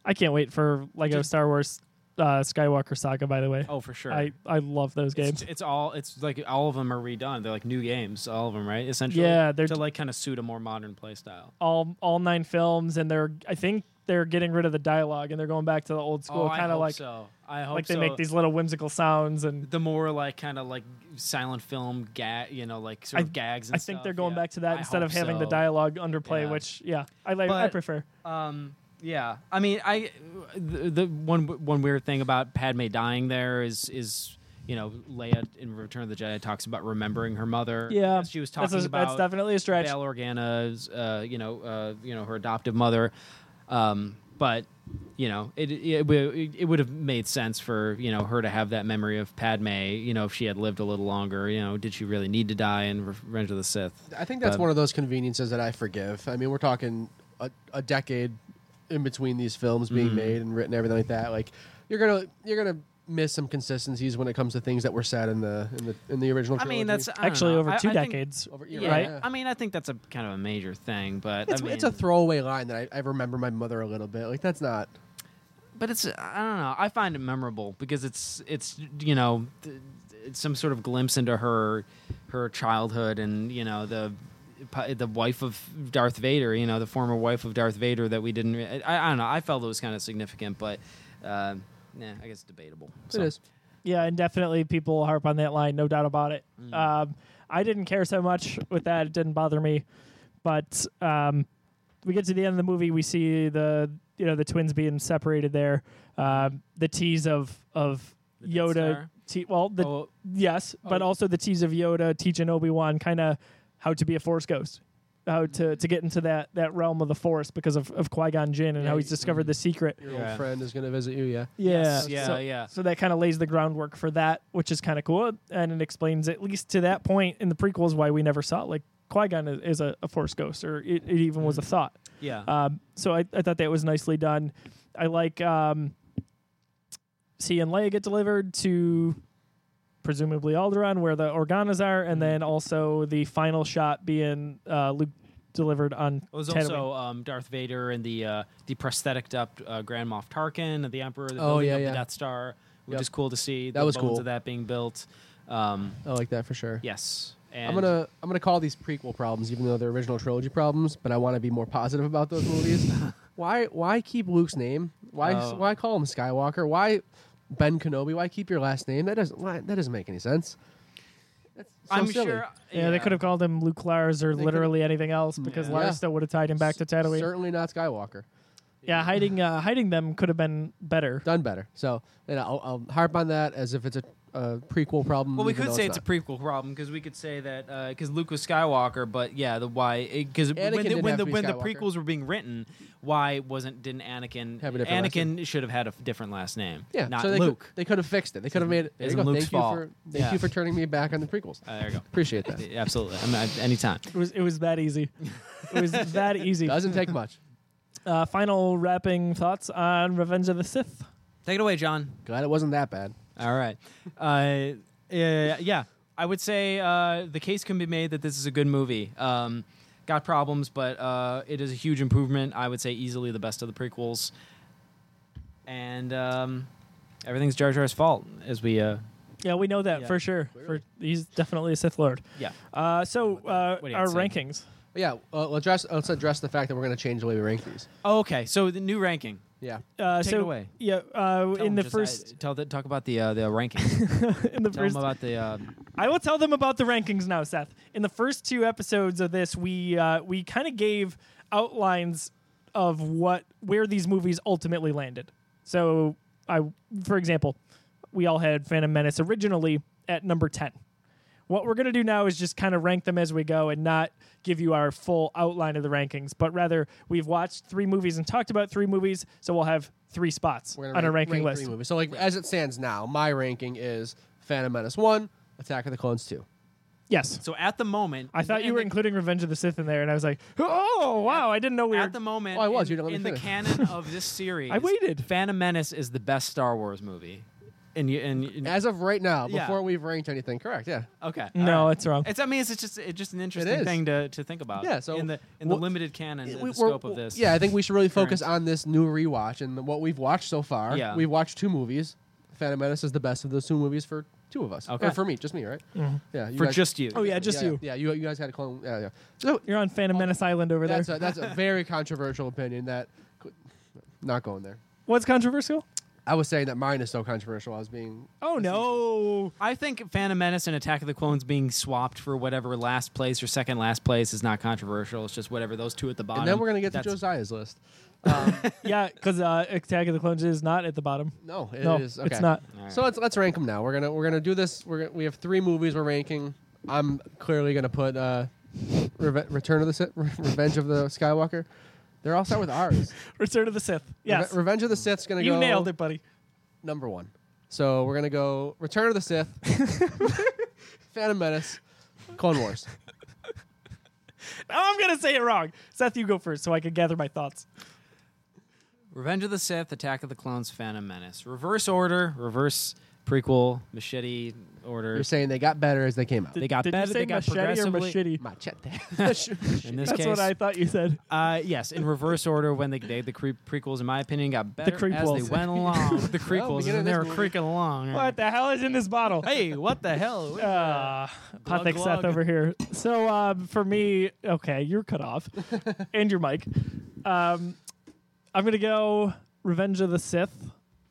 C: I can't wait for Lego Star Wars uh, Skywalker Saga. By the way,
E: Oh, for sure.
C: I I love those games.
E: It's, it's all. It's like all of them are redone. They're like new games, all of them, right? Essentially,
C: Yeah, they're-
E: to like kind of suit a more modern play style.
C: all all nine films, and they're I think they're getting rid of the dialogue and they're going back to the old school,
E: Oh, I
C: kind of
E: hope
C: like
E: so. I hope
C: like they
E: so.
C: make these little whimsical sounds and.
E: the more like kind of like silent film gag, you know, like sort
C: I-
E: of gags. And
C: I think
E: stuff,
C: they're going
E: yeah.
C: back to that
E: I
C: instead of
E: hope
C: having the
E: so.
C: dialogue underplay,
E: Yeah.
C: which yeah, I like. I
E: But-
C: prefer.
E: Um, yeah, I mean, I the, the one one weird thing about Padme dying there is is you know Leia in Return of the Jedi talks about remembering her mother.
C: Yeah,
E: she was
C: that's
E: talking
C: a-
E: about
C: that's definitely a stretch.
E: Bail Organa's, uh, you know, uh, you know, her adoptive mother. Um, but you know, it it, it it would have made sense for you know her to have that memory of Padme. You know, if she had lived a little longer, you know, did she really need to die in Revenge of the Sith?
D: I think that's
E: But-
D: one of those conveniences that I forgive. I mean, we're talking a, a decade in between these films being
E: Mm-hmm.
D: made and written, everything like that. Like you're gonna you're gonna miss some consistencies when it comes to things that were said in the in the in the original.
E: I mean,
D: trilogy.
E: that's I don't
C: Actually,
E: know.
C: over
E: I-
C: two
E: I think-
C: decades,
D: Over- you're
E: Yeah,
D: right.
E: I mean, I think that's a kind of a major thing, but
D: It's,
E: I mean,
D: it's a throwaway line that I, I remember my mother a little bit. Like that's not.
E: but it's I don't know. I find it memorable because it's it's you know th- it's some sort of glimpse into her her childhood and you know the the wife of Darth Vader, you know, the former wife of Darth Vader that we didn't. re- I, I don't know. I felt it was kind of significant, but uh, nah, I guess debatable. So.
D: It is.
C: Yeah, and definitely people harp on that line, no doubt about it.
E: Mm.
C: Um, I didn't care so much with that; it didn't bother me. But um, we get to the end of the movie, we see the you know the twins being separated there. Um, the tease of of
E: The Death
C: Yoda.
E: Star?
C: Te- well, the,
E: Oh,
C: yes, but also the tease of Yoda teaching Obi Wan kind of how to be a Force ghost.
E: Mm.
C: how to, to get into that, that realm of the Force because of, of Qui Gon Jinn and how he's discovered the secret.
D: Your
E: Yeah.
D: old friend is going to visit you. Yeah.
C: Yeah,
E: Yes, mm. yeah,
C: so,
E: yeah.
C: So that kind of lays the groundwork for that, which is kind of cool, and it explains at least to that point in the prequels why we never saw it. like Qui Gon is, is a, a Force ghost, or it, it even was a thought.
E: Yeah.
D: uh,
C: Um, so I, I thought that was nicely done. I like um, seeing Leia get delivered to presumably Alderaan, where the Organas are, and then also the final shot being uh, Luke delivered on.
E: It was
C: Tatooine.
E: also um, Darth Vader and the uh, the prostheticed up uh, Grand Moff Tarkin, the Emperor, the
D: Oh,
E: building
D: yeah,
E: up
D: yeah.
E: the Death Star, which
D: Yep.
E: is cool to see.
D: That
E: the
D: was
E: bones
D: cool.
E: of that being built. Um,
D: I like that for sure.
E: yes, and
D: I'm gonna I'm gonna call these prequel problems, even though they're original trilogy problems. But I want to be more positive about those movies. why why keep Luke's name? Why
E: Oh.
D: why call him Skywalker? Why Ben Kenobi? Why keep your last name? That doesn't why, that doesn't make any sense. That's so
E: I'm
D: silly.
E: sure.
C: Yeah, they could have called him Luke Lars or
D: They
C: literally anything else because
E: Yeah.
C: Lars
D: Yeah.
C: still would have tied him back to Tatooine.
D: Certainly not Skywalker.
C: Yeah, hiding uh, hiding them could have been better.
D: Done better. So and I'll, I'll harp on that as if it's a, a prequel problem.
E: Well, we
D: even
E: could
D: though
E: say it's,
D: not.
E: a prequel problem because we could say that because Luke was Skywalker, but yeah, the why because when,
D: Anakin
E: the,
D: didn't
E: when,
D: have
E: the,
D: to be
E: when the
D: Skywalker.
E: prequels were being written, why wasn't didn't Anakin
D: Have a different last
E: Anakin should have had a f- different last name,
D: Yeah,
E: not
D: so they
E: Luke.
D: Could, they could have fixed it. They could have made it. There you
E: Isn't
D: go.
E: Luke's
D: Thank you
E: fault.
D: for thank
E: Yeah.
D: you for turning me back on the prequels.
E: Uh, there you
D: Appreciate that.
E: go, absolutely. I mean, I- anytime.
C: It was it was that easy. It was that easy.
D: Doesn't take much.
C: Uh, final wrapping thoughts on Revenge of the Sith.
E: Take it away, John.
D: Glad it wasn't that bad.
E: All right. Uh, yeah, yeah. I would say uh, the case can be made that this is a good movie. Um, got problems, but uh, it is a huge improvement. I would say easily the best of the prequels. And um, everything's Jar Jar's fault, as we. Uh,
C: Yeah, we know that
E: Yeah.
C: for sure. For, he's definitely a Sith Lord.
E: yeah.
C: Uh, so uh,
E: What do you
C: our
E: say?
C: rankings.
D: Yeah, uh, let's address let's address the fact that we're going to change the way we rank these.
E: Oh, okay. So the new ranking.
D: Yeah,
C: Uh,
E: Take
C: so
E: it away.
C: yeah, uh,
E: Tell
C: in
E: them
C: the
E: just-
C: first,
E: I- tell the, talk about the uh, the ranking.
C: in the
E: tell them
C: first,
E: about the. Uh,
C: I will tell them about the rankings now, Seth. In the first two episodes of this, we uh, we kind of gave outlines of what where these movies ultimately landed. So, I, for example, we all had Phantom Menace originally at number ten. What we're going to do now is just kind of rank them as we go and not give you our full outline of the rankings, but rather we've watched three movies and talked about three movies, so we'll have three spots
D: we're
C: on
D: going to
C: a ranking
D: rank
C: list.
D: Three movies. So like as it stands now, my ranking is Phantom Menace one, Attack of the Clones two.
C: Yes.
E: so at the moment,
C: I thought you
E: and
C: were
E: the-
C: including Revenge of the Sith in there, and I was like, "Oh wow, I didn't know we were."
E: at the moment,
D: Oh, I was.
E: in,
D: You didn't let me
E: in the
D: finish.
E: canon of this series,
C: I waited.
E: Phantom Menace is the best Star Wars movie. And you and, and
D: As of right now,
E: Yeah.
D: before we've ranked anything, correct? Yeah.
E: okay,
C: no,
E: all right.
C: it's wrong.
E: It's I mean it's it's just it's just an interesting
D: is.
E: thing to, to think about.
D: Yeah, so
E: in the in the
D: wh-
E: limited canon, and
D: We-
E: the
D: we're-
E: scope of this.
D: Yeah, I think we should really focus
E: current-
D: on this new rewatch and the- what we've watched so far.
E: Yeah.
D: We've watched two movies. Phantom Menace is the best of those two movies for two of us.
E: Okay.
D: Or for me, just me, right? Yeah. you
E: for
D: guys-
E: just you.
C: oh Mm-hmm. yeah, just
D: yeah,
C: you.
D: Yeah, you, you guys had a clone. Yeah, yeah. So
C: You're on Phantom Menace Island over there.
D: that's a, that's a very controversial opinion that not going there.
C: What's controversial?
D: I was saying that mine is so controversial. I was being
C: Oh no.
E: I think Phantom Menace and Attack of the Clones being swapped for whatever last place or second last place is not controversial. It's just whatever those two at the bottom.
D: and then we're gonna get to
E: that's-
D: Josiah's list.
C: yeah, because uh, Attack of the Clones is not at the bottom.
D: No, it is
C: no,
D: okay.
C: it's not.
E: All right.
D: So let's let's rank them now. We're gonna we're gonna do this. We're gonna, we have three movies we're ranking. I'm clearly gonna put uh, Reve- Return of the Sith, Revenge of the Skywalker. They're all start with R's.
C: Return of the Sith. Yes,
D: Reve- Revenge of the Sith's gonna
C: you
D: go
C: nailed it, buddy.
D: number one. So we're gonna go Return of the Sith, Phantom Menace, Clone Wars.
C: Oh, I'm gonna say it wrong. Seth, you go first, so I can gather my thoughts.
E: Revenge of the Sith, Attack of the Clones, Phantom Menace, reverse order, reverse prequel, machete order.
D: You're saying they got better as they came out.
E: They got
C: Did
E: better.
C: you say
E: they got
C: machete or
E: progressively.
C: machete?
D: Machete.
E: In this
C: That's
E: case,
C: what I thought you said.
E: uh, yes, in reverse order, when they, they the cre- prequels, in my opinion, got better as
C: prequels.
E: they went along. the prequels,
D: beginning of
E: and they
D: this
E: were
D: movie.
E: creaking along.
C: What the hell is in this bottle?
E: Hey, what the hell?
C: Uh,
E: Glug,
C: Patek Seth
E: glug.
C: over here. So um, for me, okay, you're cut off, and your mic. Um, I'm gonna go Revenge of the Sith,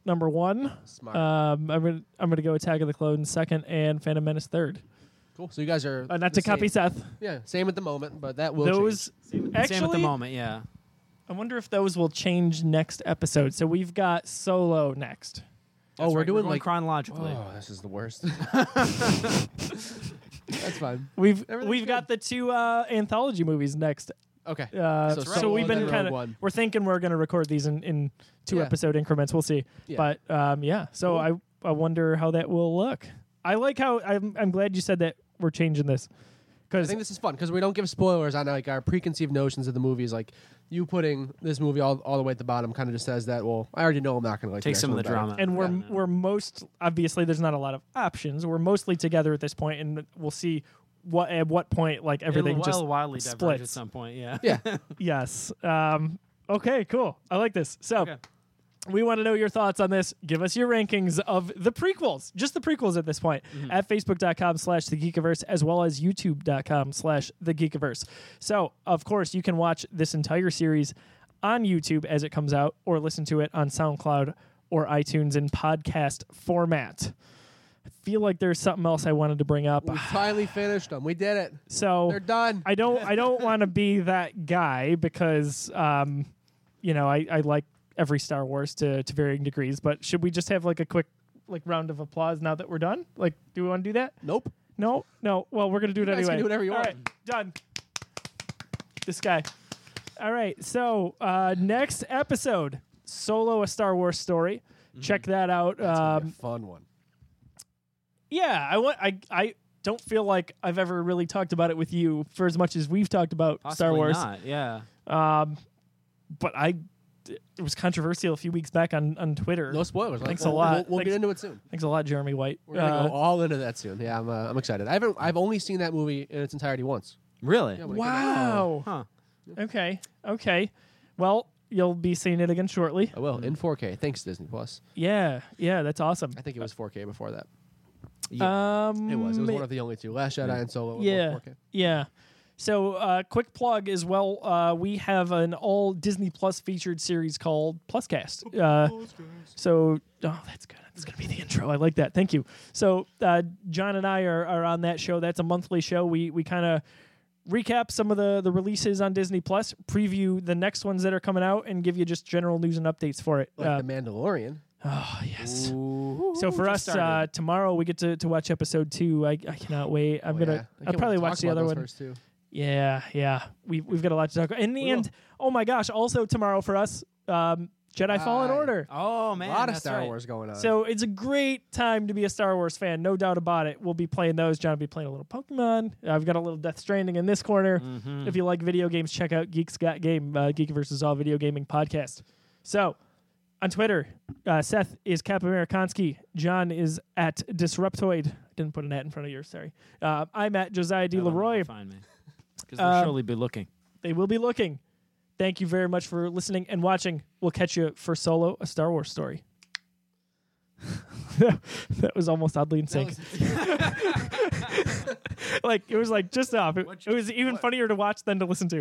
C: number one.
D: Smart.
C: Um, I'm gonna I'm gonna go Attack of the Clones second, and Phantom Menace third.
D: cool. So you guys are
C: Uh, not
D: the
C: to copy
D: Same.
C: Seth.
D: Yeah, same at the moment, but that will
C: those actually,
E: Same at the moment, yeah.
C: I wonder if those will change next episode. So we've got Solo next.
D: change. Oh, we're
E: Right,
D: doing
E: going
D: like.
E: chronologically.
D: Oh, this is the worst. That's fine.
C: We've
D: Everything's
C: we've got the two uh, anthology movies next.
D: Okay.
C: Uh, so
D: So Solo
C: we've been
D: and
C: kind of
D: Rogue One.
C: we're thinking we're going to record these in, in two
D: Yeah.
C: episode increments. We'll see.
D: Yeah.
C: But um, yeah, so I I wonder how that will look. I like how I'm I'm glad you said that we're changing this
D: I
C: because
D: think this is fun because we don't give spoilers on like our preconceived notions of the movies. Like you putting this movie all, all the way at the bottom kind of just says that. Well, I already know I'm not going to like
E: Take
D: next
E: some of
D: one
E: the
D: better.
E: drama.
C: and we're
E: Yeah.
C: we're most obviously there's not a lot of options. We're mostly together at this point, and we'll see what at what point like everything
E: It'll
C: just
E: wildly diverge at
C: splits.
E: some point. Yeah.
D: Yeah,
C: Yes. Um, okay, cool. I like this. So
E: Okay.
C: we want to know your thoughts on this. Give us your rankings of the prequels, just the prequels at this point, at facebook.com slash the geekiverse as well as youtube.com slash the geekiverse. So, of course, you can watch this entire series on YouTube as it comes out or listen to it on SoundCloud or iTunes in podcast format. I feel like there's something else I wanted to bring up.
D: we finally finished them. We did it.
C: So
D: They're done.
C: I don't I don't want to be that guy because um, you know I, I like every Star Wars to, to varying degrees. But should we just have like a quick like round of applause now that we're done? Like, do we want to do that?
D: nope.
C: No, no. Well, we're gonna do it
D: guys can
C: anyway.
D: do whatever you
C: All
D: want.
C: right, done. This guy. All right. So uh, next episode, Solo: A Star Wars Story. Check that out.
D: That's gonna
C: Um,
D: be a fun one.
C: yeah, I want. I I don't feel like I've ever really talked about it with you for as much as we've talked about Star
E: Possibly
C: Wars.
E: Not. Yeah.
C: But I, it was controversial a few weeks back on on Twitter.
D: No spoilers. Like,
C: Thanks a
D: we'll,
C: lot.
D: We'll, we'll
C: Thanks.
D: get into it soon.
C: Thanks a lot, Jeremy White.
D: We're gonna
C: Uh,
D: go all into that soon. Yeah, I'm, uh, I'm excited. I haven't. I've only seen that movie in its entirety once.
E: Really?
D: Yeah, when it came out.
C: wow.
E: huh.
C: Okay. Okay. Well, you'll be seeing it again shortly.
D: I will in 4K. Thanks Disney Plus.
C: Yeah. Yeah. That's awesome.
D: I think it was 4K before that.
C: Um,
D: It was. It was one of the only two. Last Jedi and Solo. were both
C: Yeah.
D: 4K.
C: Yeah. So, uh, quick plug as well. Uh, we have an all Disney Plus featured series called Pluscast. Uh, so, oh, that's good. That's going to be the intro. I like that. Thank you. So, uh, John and I are, are on that show. That's a monthly show. We we kind of recap some of the, the releases on Disney Plus, preview the next ones that are coming out, and give you just general news and updates for it.
D: Like
C: Uh,
D: the Mandalorian.
C: oh, yes.
E: Ooh.
C: So for us,
E: Just started.
C: uh, tomorrow we get to, to watch episode two. I, I cannot wait. I'm
D: Oh, yeah.
C: gonna.
D: I can't wait
C: I'll
D: to
C: probably
D: talk
C: watch the
D: about
C: other
D: those
C: one.
D: first two.
C: Yeah, yeah. We we've got a lot to talk about. In the
D: We
C: end, oh my gosh! Also tomorrow for us, um, Jedi Fallen
D: Aye.
C: Order.
E: Oh man,
D: a lot of
E: that's
D: Star
E: right.
D: Wars going on.
C: So it's a great time to be a Star Wars fan, no doubt about it. We'll be playing those. John will be playing a little Pokemon. I've got a little Death Stranding in this corner.
E: Mm-hmm.
C: If you like video games, check out Geeks Got Game, uh, Geek versus All Video Gaming podcast. So on Twitter, uh, Seth is Kapamirkonski. John is at Disruptoid. Didn't put an at in front of yours, sorry. Uh, I'm at Josiah D.
E: I don't know where
C: Leroy.
E: to Find me, because they'll
C: Um,
E: surely be looking.
C: They will be looking. Thank you very much for listening and watching. We'll catch you for Solo, a Star Wars story. that was almost oddly in sync. like it was like just off. It,
E: What
C: it was even funnier to watch than to listen to.